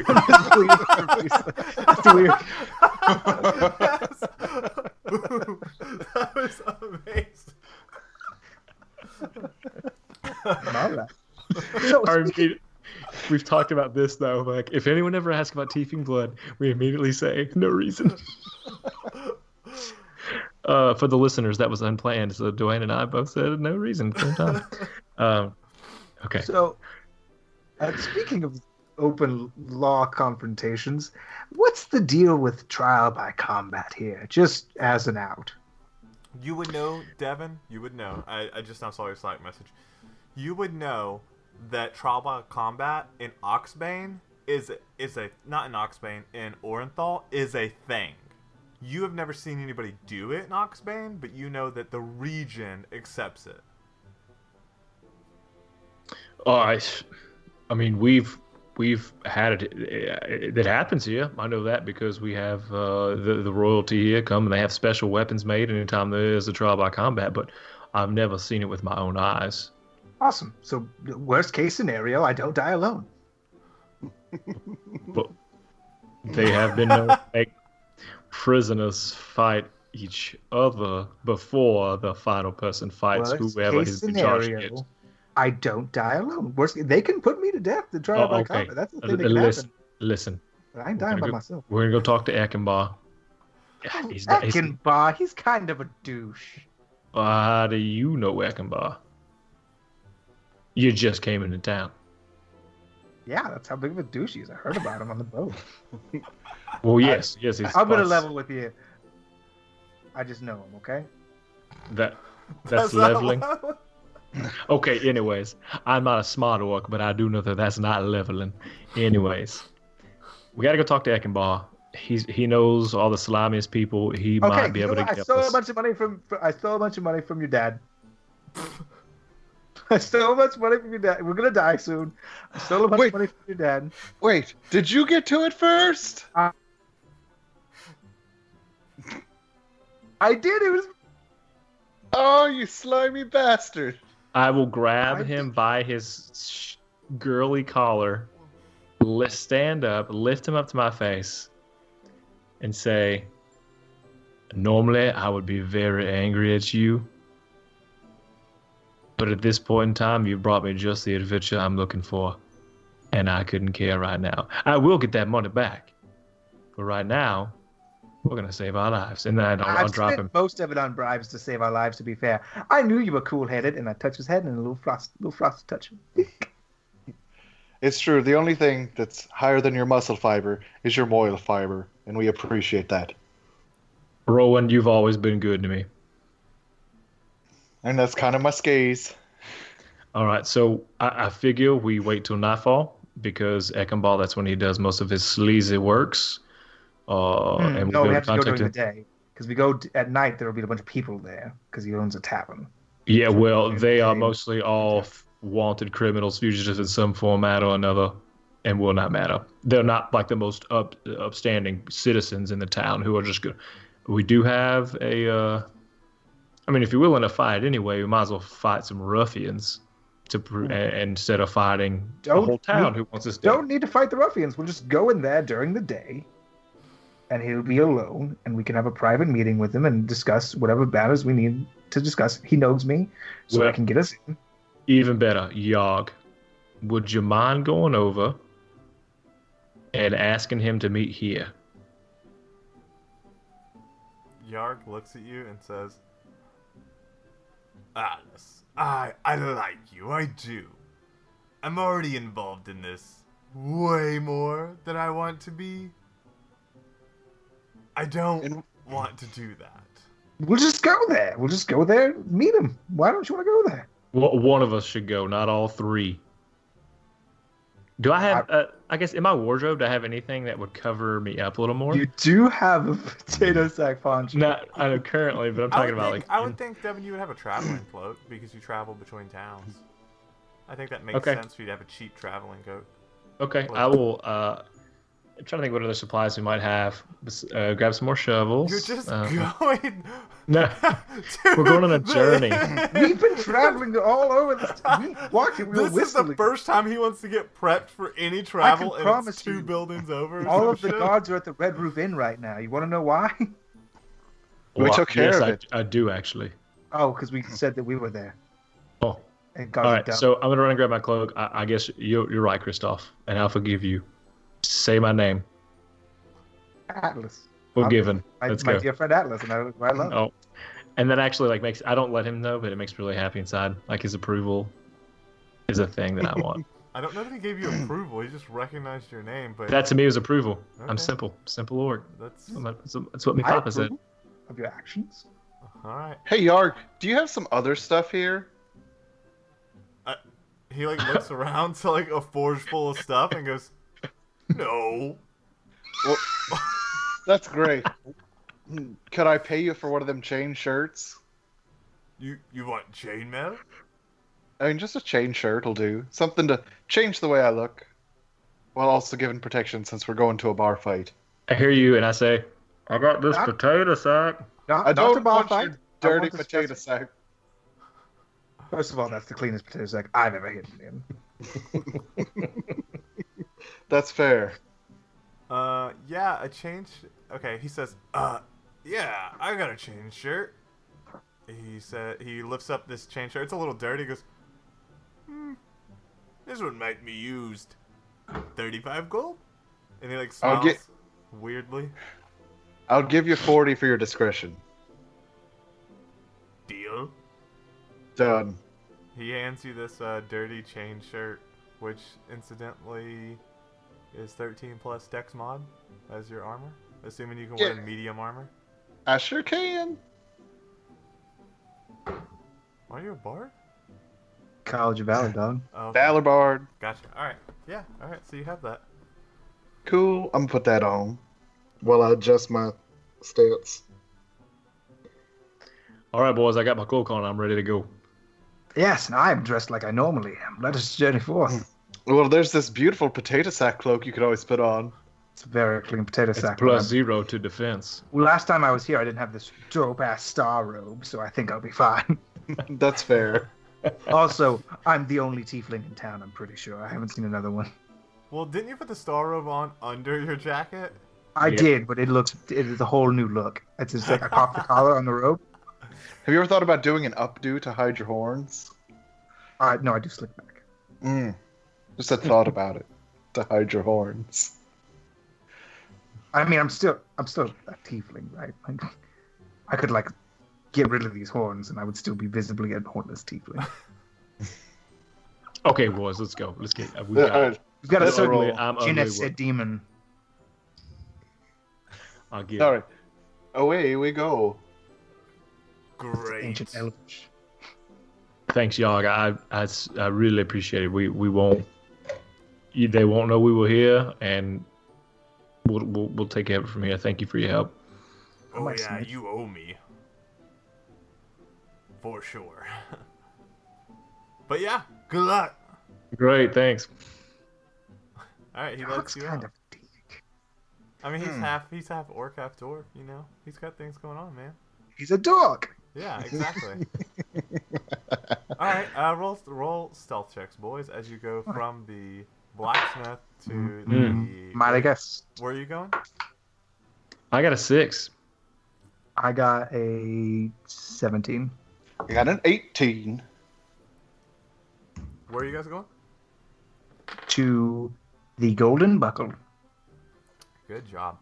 weird. Yes. that was amazing. Mala. So, our immediate- we've talked about this though. Like, if anyone ever asks about teething blood, we immediately say no reason. Uh, for the listeners, that was unplanned. So Dwayne and I both said no reason at the same time. Um, okay. so uh, speaking of open law confrontations, what's the deal with trial by combat here? Just as an out. You would know, Devin. You would know. I, I just now saw your Slack message. You would know that trial by combat in Oxbane is is a not in Oxbane in Orenthal is a thing. You have never seen anybody do it in Oxbane, but you know that the region accepts it. Oh, I, I mean, we've we've had it. That happens here. I know that because we have uh, the the royalty here come and they have special weapons made anytime there is a trial by combat. But I've never seen it with my own eyes. Awesome. So, worst case scenario, I don't die alone. But they have been known to make prisoners fight each other before the final person fights Worst whoever case has been charged. scenario, against. I don't die alone. Worst, they can put me to death to trial Oh, by okay. combat. That's the Uh, thing that can Listen, happen. listen, But I ain't dying Okay, by good. myself. we're gonna go talk to Akinbar. Oh, He's not- he's- Akinbar, he's kind of a douche. How do you know Akinbar? You just came into town. Yeah, that's how big of a douche he is. I heard about him on the boat. Well, yes, yes. He's I'm gonna that's- level with you. I just know him, okay? That, that's not leveling. level- Okay. Anyways, I'm not a smart orc, but I do know that that's not leveling. Anyways, we gotta go talk to Akinbar. He's he knows all the slimiest people. He Okay, might be you able know to what? I get stole us. a bunch of money from, fr- I stole a bunch of money from your dad. I stole a bunch of money from your dad. We're gonna die soon. I stole a bunch Wait. of money from your dad. Wait, did you get to it first? I did. It was Oh, you slimy bastard. I will I grab him think- by his sh- girly collar, lift, stand up, lift him up to my face, and say, Normally, I would be very angry at you. But at this point in time, you brought me just the adventure I'm looking for, and I couldn't care right now. I will get that money back. But right now, we're going to save our lives. And then I'll, I'll I've drop spent him. most of it on bribes to save our lives. To be fair, I knew you were cool-headed, and I touched his head, and a little frost, little frost touch. It's true. The only thing that's higher than your muscle fiber is your moil fiber, and we appreciate that. Rowan, you've always been good to me. And that's kind of my skaze. All right, so I, I figure we wait till nightfall because Ekenball, that's when he does most of his sleazy works. Uh, Hmm, and we'll no, be we have able to to go contact during the him. day because we go d- at night. There will be a bunch of people there because he owns a tavern. Yeah, well, during they the are day. mostly all f- wanted criminals, fugitives in some format or another, and will not matter. They're not like the most up upstanding citizens in the town who are just good. We do have a. Uh, I mean, if you're willing to fight anyway, we might as well fight some ruffians to pr- a- instead of fighting the Hmm. Don't whole town we- who wants us dead. Don't need to fight the ruffians. We'll just go in there during the day, and he'll be alone, and we can have a private meeting with him and discuss whatever matters we need to discuss. He knows me, so I Well- can get us in. Even better, Yogg, would you mind going over and asking him to meet here? Yarg looks at you and says, Alice, I, I like you, I do. I'm already involved in this way more than I want to be. I don't And- want to do that. We'll just go there. We'll just go there, meet him. Why don't you want to go there? Wh- One of us should go, not all three. Do I have? uh, I guess in my wardrobe, do I have anything that would cover me up a little more? You do have a potato sack poncho. Not I know currently, but I'm I talking would about think, like. I in- would think Devin, you would have a traveling cloak because you travel between towns. I think that makes Okay. sense for you to have a cheap traveling coat. okay, I will. Uh, I'm trying to think what other supplies we might have. Let's, Uh, grab some more shovels. You're just Uh, going. No, to We're going on a the- journey. We've been traveling all over this. We walked it. We were this is the whistling. first time he wants to get prepped for any travel, and promise it's two you, buildings over. or All some of the shit. guards are at the Red Roof Inn right now. You want to know why? We took care yes, of I, it. I do actually. Oh, because we said that we were there. Oh, And guards all are right. dumb. So I'm gonna run and grab my cloak. I, I guess you're, you're right, Christoph, and I'll forgive you. Say my name. Atlas. Forgiven. My, Let's my go. dear friend Atlas, and I, I love him. Oh, and that actually like makes I don't let him know, but it makes me really happy inside. Like his approval is a thing that I want. I don't know if he gave you approval. He just recognized your name, but that to me was approval. Okay. I'm simple, simple org. that's I'm a- That's that's what my I papa said. approve Of your actions? all right. Hey Yarg, do you have some other stuff here? He like looks around to like a forge full of stuff and goes, "No." That's great. Could I pay you for one of them chain shirts? You you want chainmail? I mean, just a chain shirt will do. Something to change the way I look, while also giving protection since we're going to a bar fight. I hear you, and I say, I got this Ah. potato sack. Not, I not to don't want bonfire. your dirty this potato dress- sack. First of all, that's the cleanest potato sack I've ever hidden in. That's fair. Uh, yeah, a change. Okay, he says, "Uh, yeah, I got a chain shirt." He said he lifts up this chain shirt. It's a little dirty. He goes, "Hmm, this one might be used. Thirty-five gold." And he like I'll smiles get- weirdly. I'll give you forty for your discretion. Deal. Done. He hands you this uh, dirty chain shirt, which incidentally is 13 plus Dex mod as your armor, assuming you can Yeah. wear medium armor. I sure can. Are you a bard? College of Valor, dog. Oh, okay. Ballerbard. gotcha. All right, yeah, all right. So you have that. Cool. I'm gonna put that on. While I adjust my stance. All right, boys, I got my cloak on. I'm ready to go. Yes, and I am dressed like I normally am. Let us journey Mm. forth. Well, there's this beautiful potato sack cloak you could always put on. It's a very clean potato It's sack. plus zero to defense. Well, Last time I was here, I didn't have this dope ass star robe, so I think I'll be fine. That's fair. also, I'm the only tiefling in town, I'm pretty sure. I haven't seen another one. Well, didn't you put the star robe on under your jacket? I Yeah. did, but it looks, it is a whole new look. It's just like I popped the collar on the robe. Have you ever thought about doing an updo to hide your horns? Uh, no, I do slick back. Mm. Just a thought about it. To hide your horns. I mean, I'm still, I'm still a tiefling, right? Like, I could like get rid of these horns, and I would still be visibly a hornless tiefling. Okay, boys, let's go. Let's get. We got, You've got a Let's certain roll. certainly, I'm ugly. Jinex said demon. I'll give. All right. Away we go. Great. Ancient elvish. Thanks, Yog. I, I s- I really appreciate it. We we won't. you- They won't know we were here, and we'll we'll, we'll take care of it from here. Thank you for your help. Oh Nice, yeah, nice. you owe me. For sure. but yeah, good luck. Great, thanks. All right, he Looks lets you out. kind of dick. I mean, he's Hmm. half he's half orc, half dwarf. You know, he's got things going on, man. He's a dog. Yeah, exactly. All right, uh, roll roll stealth checks, boys, as you go from the blacksmith to Hmm. Mhm. the. Might I guess? Where are you going? I got a six. I got a 17. I got an 18. Where are you guys going? to the golden buckle. Good job.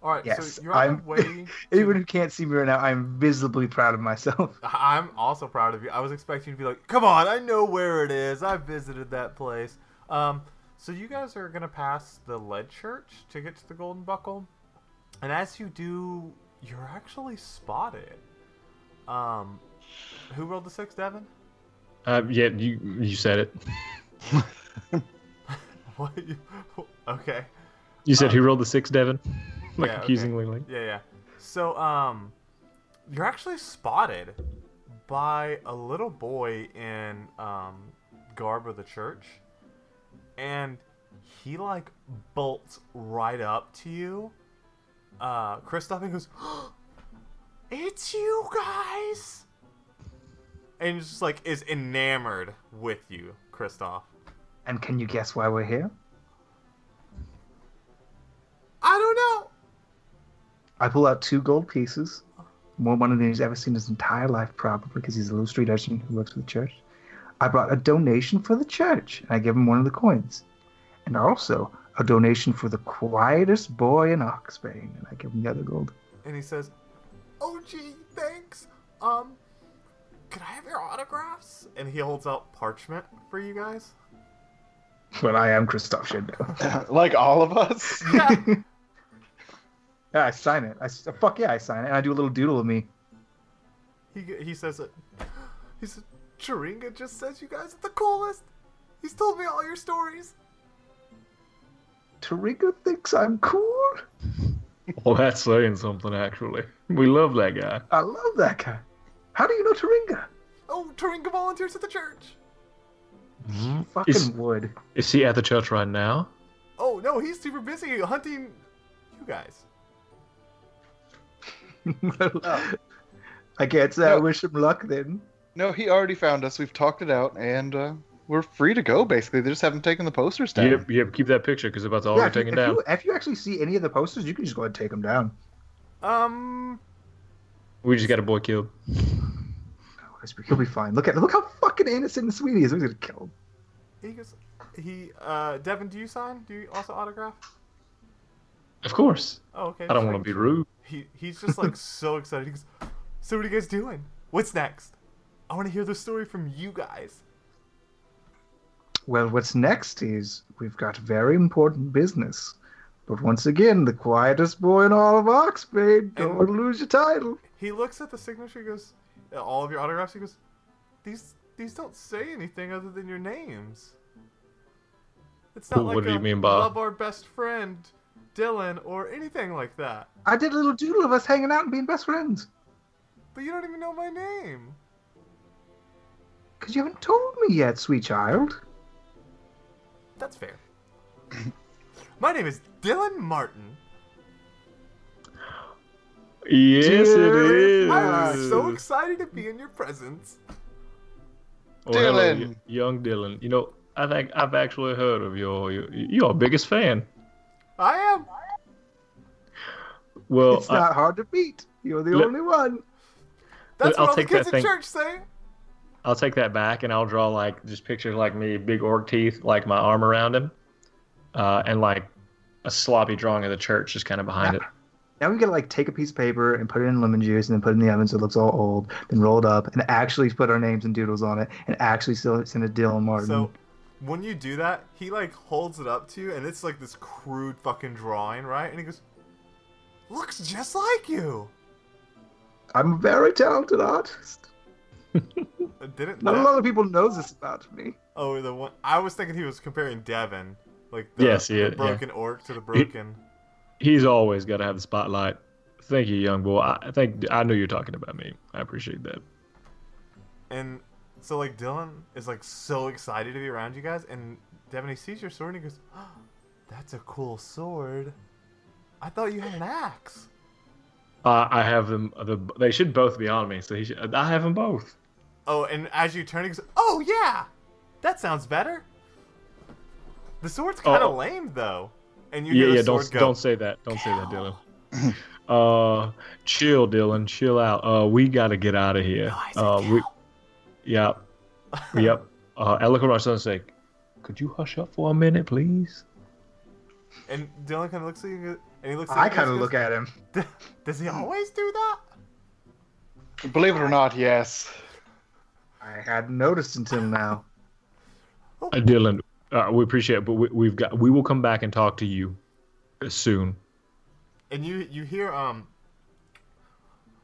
All right, Yes, so you're on I'm- the way. Anyone who can't see me right now, I'm visibly proud of myself. I'm also proud of you. I was expecting you to be like, "Come on, I know where it is. I visited that place." Um, so you guys are gonna pass the lead church to get to the Golden Buckle, and as you do, you're actually spotted. Um, who rolled the six, Devin? Uh, yeah, you you said it. What? You, okay. You said Uh, who rolled the six, Devin? like yeah, okay. accusingly. Like, Yeah, yeah. So, um, you're actually spotted by a little boy in um, garb of the church, and he like bolts right up to you. Uh, Kristoff and goes, "It's you guys!" And he's just like is enamored with you, Kristoff. And can you guess why we're here? I don't know. I pull out two gold pieces, more money than he's ever seen in his entire life, probably, because he's a little street urchin who works for the church. I brought a donation for the church, and I give him one of the coins. And also a donation for the quietest boy in Oxbane, and I give him the other gold. and he says, "Oh gee, thanks. Um, could I have your autographs?" And he holds out parchment for you guys. But I am Christoph Shindo. like all of us. Yeah. yeah, I sign it. I, s- fuck yeah, I sign it. And I do a little doodle of me. He he says it. He says, "Chiringa just says you guys are the coolest. He's told me all your stories." Tarika thinks I'm cool? well, oh, that's saying something, actually. We love that guy. I love that guy. How do you know Taringa? Oh, Chiringa volunteers at the church. Fucking Is- wood. Is he at the church right now? Oh no, he's super busy hunting you guys. I guess I No. wish him luck then. No, he already found us. We've talked it out, and uh, we're free to go. Basically, they just haven't taken the posters down. Yep, yep. Keep that picture because about to all yeah, if, get you, taken if Oh, down. you- if you actually see any of the posters, you can just go ahead and take them down. Um, We just got a boy killed. Otherwise, He'll be fine. Look at look how fucking innocent and sweet he is. We're gonna kill him. he goes. He uh, Devin, do you sign? Do you also autograph? Of course. Oh, okay. I just don't want making to be sure. rude. He he's just like so excited. He goes, "So what are you guys doing? What's next? I want to hear the story from you guys." Well, what's next is we've got very important business. But once again, the quietest boy in all of Oxford. Oh. Don't And- lose your title. He looks at the signature. He goes, at "All of your autographs." He goes, "These these don't say anything other than your names. It's not What like do a you mean by- love our best friend Dylan or anything like that. I did a little doodle of us hanging out and being best friends. But you don't even know my name." Because you haven't told me yet, sweet child. That's fair. my name is Dylan Martin. Yes, it Dude, is. I'm Ah, so excited to be in your presence. Oh, hello, Dylan. y- young Dylan. You know, I think I've actually heard of your. your- You're our biggest fan. I am. Well, it's I- not hard to beat. You're the Look- only one. That's I'll what all the take that kids in thing. church say. I'll take that back and I'll draw like just pictures like me, big orc teeth, like my arm around him, uh, and like a sloppy drawing of the church just kind of behind it. Now we gotta like take a piece of paper and put it in lemon juice and then put it in the oven so it looks all old, then roll it up and actually put our names and doodles on it and actually still send it to Dylan Martin. So when you do that, he like holds it up to you, and it's like this crude fucking drawing, right? And he goes, "Looks just like you." I'm a very talented artist. Uh, Didn't Not a Dev- lot of people knows this about me. oh the one I was thinking he was comparing Devin, like the, Yes, he the is, yeah. broken orc to the broken. He's always got to have the spotlight. Thank you, young boy. I I think I know you're talking about me. I appreciate that. And so like Dylan is like so excited to be around you guys, and Devin he sees your sword and he goes, oh, "That's a cool sword. I thought you had an axe." Uh, I have them. The, they should both be on me. So he should, I have them both. Oh, and as you turn, he goes, "Oh yeah, that sounds better." The sword's kind of Oh. lame though, and you Yeah, hear yeah. the Don't sword s- go. don't say that. Don't say that, Dylan. uh, chill, Dylan. Chill out. Uh, we gotta get out of here. No, I said Uh, we, cow. yeah, yep. Uh, I look at my son and say, "Could you hush up for a minute, please?" And Dylan kind of looks at you, and goes- and he looks. At I kind of look at him. at. Does he always do that? Believe it or not, yes. I hadn't noticed until now. Uh, Dylan, uh, we appreciate it, but we, we've got. We will come back and talk to you soon. And you you hear um.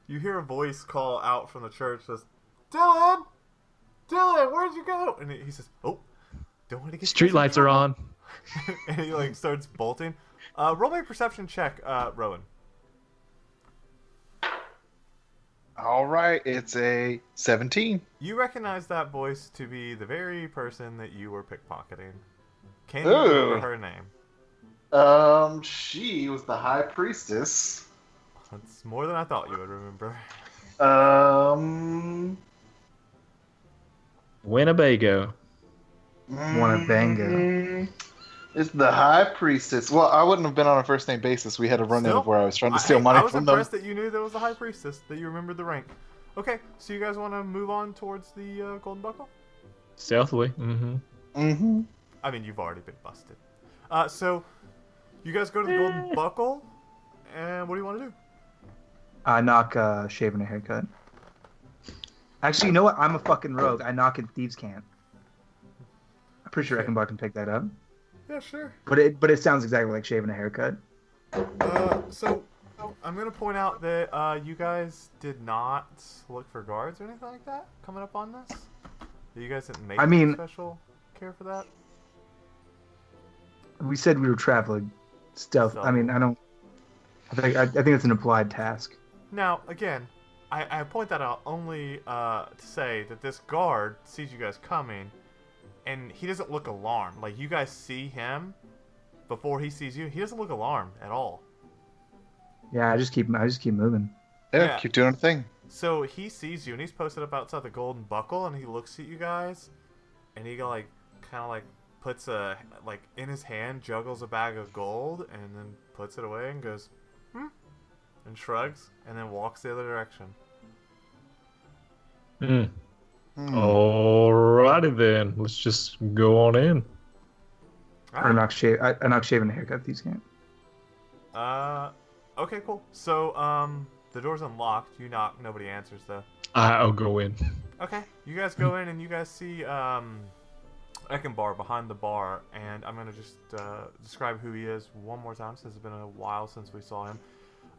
You hear a voice call out from the church says, "Dylan, Dylan, where'd you go?" And he he says, "Oh, don't want to get you guys in Streetlights are trouble." on. and he like starts bolting. Uh, roll me a perception check, uh, Rowan. All right, it's a 17. You recognize that voice to be the very person that you were pickpocketing. Can you Ooh. remember her name? Um, she was the high priestess. That's more than I thought you would remember. Um, Winnebago. Winnebago. mm, It's the high priestess. Well, I wouldn't have been on a first name basis. We had a run in Still, of where I was trying to I- steal I, money I was from them. impressed that you knew there was a high priestess, that you remembered the rank. Okay, so you guys want to move on towards the uh, golden buckle? Stealthily. Mm-hmm. Mm-hmm. I mean, you've already been busted. Uh, so you guys go to the golden buckle, and what do you want to do? I knock uh, shaving a haircut. Actually, you know what? I'm a fucking rogue. I knock and thieves can't. I'm pretty sure Eckenbach can pick that up. Yeah, sure. But it but it sounds exactly like shaving a haircut. Uh, so I'm gonna point out that uh, you guys did not look for guards or anything like that coming up on this. You guys didn't make I any mean- special care for that. We said we were traveling stealth. I mean, I don't. I think I, I think it's an implied task. Now, again, I, I point that out only uh, to say that this guard sees you guys coming, and he doesn't look alarmed. Like you guys see him before he sees you. He doesn't look alarmed at all. Yeah, I just keep I just keep moving. Yeah, Yeah. keep doing the thing. So he sees you, and he's posted up outside the Golden Buckle, and he looks at you guys, and he like kind of like puts a like in his hand, juggles a bag of gold, and then puts it away and goes, hmm, and shrugs, and then walks the other direction. Mm. Hmm. Oh. Alrighty then. Let's just go on in. All Or knock shave I, I knock shaving a haircut. Thieves can't. Uh, okay, cool. So um, the door's unlocked. You knock. Nobody answers though. I'll go in. Okay. You guys go in and you guys see um, Eckenbar behind the bar, and I'm gonna just uh, describe who he is one more time since it's been a while since we saw him.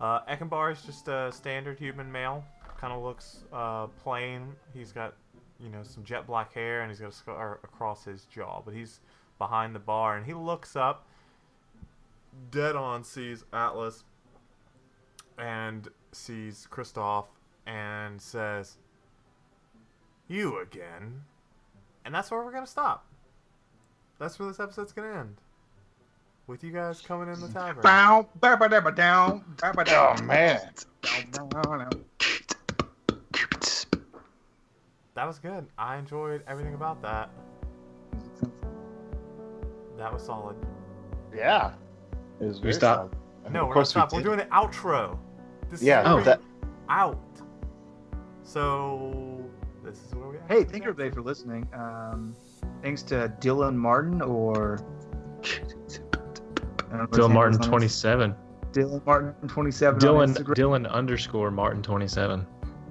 Uh, Eckenbar is just a standard human male. Kind of looks uh, plain. He's got you know some jet black hair and he's got a scar across his jaw, but he's behind the bar and he looks up. Dead on sees Atlas and sees Kristoff and says, you again. And that's where we're going to stop. That's where this episode's going to end. With you guys coming in the tavern. Bow, ba ba da ba down, ba ba Oh man. That was good. I enjoyed everything about that. That was solid. Yeah. It was We stop? No, we're not stop. We're doing the outro. This Yeah. is Oh, where that. we out. So this is where we. Hey, thank you everybody for listening. Um, thanks to Dylan Martin or I don't know what his Dylan name Martin is on twenty his- seven. Dylan Martin twenty seven. Dylan Dylan underscore Martin twenty seven.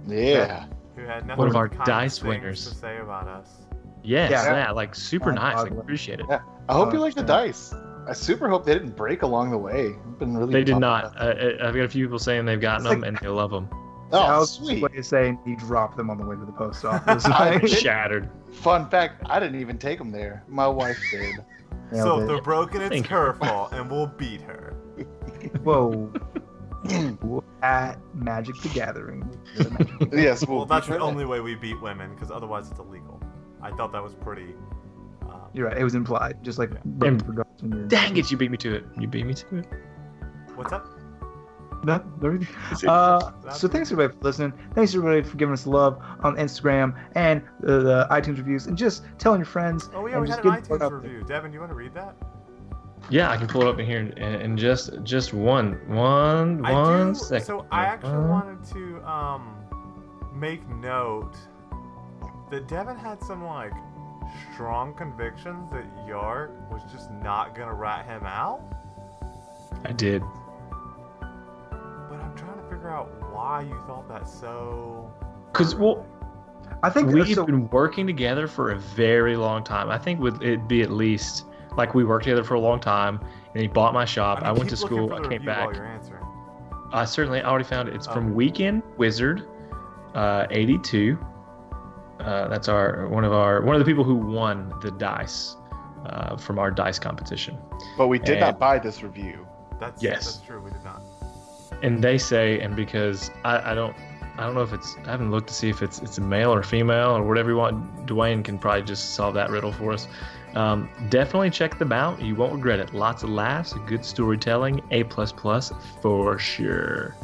Yeah. Who had nothing One of but our kind dice things winners. to say about us. Yes, Yeah. yeah, like super Yeah, nice. odd Like, one. appreciate it. Yeah. I hope you Oh, like the yeah. dice. I super hope they didn't break along the way. I've been really. They did bummed not. about Uh, uh, I've got a few people saying they've gotten It's them like- and they love them. that. I Oh, was sweet. What you're saying? He dropped them on the way to the post office. I did. Shattered. Fun fact: I didn't even take them there. My wife did. so Nailed if it. they're broken, it's Thank you. her fault, and we'll beat her. Whoa. At Magic the Gathering. yes. Well, we'll that's be the sure. only way we beat women, because otherwise it's illegal. I thought that was pretty. Uh, You're right. It was implied. Just like. And- forgotten your- Dang it, you beat me to it. You beat me to it. what's up? No, there we- Uh, That's- so thanks everybody for listening. Thanks everybody for giving us love on Instagram and the, the iTunes reviews and just telling your friends. Oh yeah, and we just had an getting word iTunes out there. review. Devin, you want to read that? Yeah, I can pull it up in here in, in just just one one I one do. second. So I actually One- wanted to um make note that Devin had some like strong convictions that Yark was just not gonna rat him out. I did. But I'm trying to figure out why you thought that so. 'Cause, well, I think We've so- been working together for a very long time. I think would it be at least like we worked together for a long time. And he bought my shop. I, mean, went keep to looking school. for I the came review while back. you're answering. I certainly I already found it. It's Oh. from Weekend Wizard, uh, eighty two. Uh, that's our one of our one of the people who won the dice uh, from our dice competition. But we did And- not buy this review. That's Yes. that's true. We did not. and they say and because I, I don't I don't know if it's I haven't looked to see if it's it's a male or female or whatever you want. Dwayne can probably just solve that riddle for us. Um, definitely check them out. You won't regret it. Lots of laughs, good storytelling, A plus plus for sure.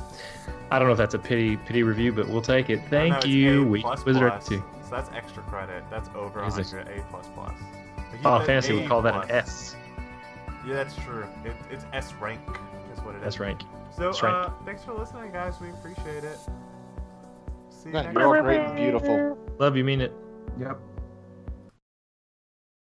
I don't know if that's a pity pity review, but we'll take it. Oh, no, Thank it's you, A Week plus Wizard plus. Two. So that's extra credit. That's over Is it- 100 A plus plus. But you Oh, did fantasy A would call that an plus. S. Yeah, that's true. It, it's S rank is what it is. That's rank. So That's uh, right. thanks for listening, guys. We appreciate it. See you Yeah, next you're all great and beautiful. Love you, mean it. Yep.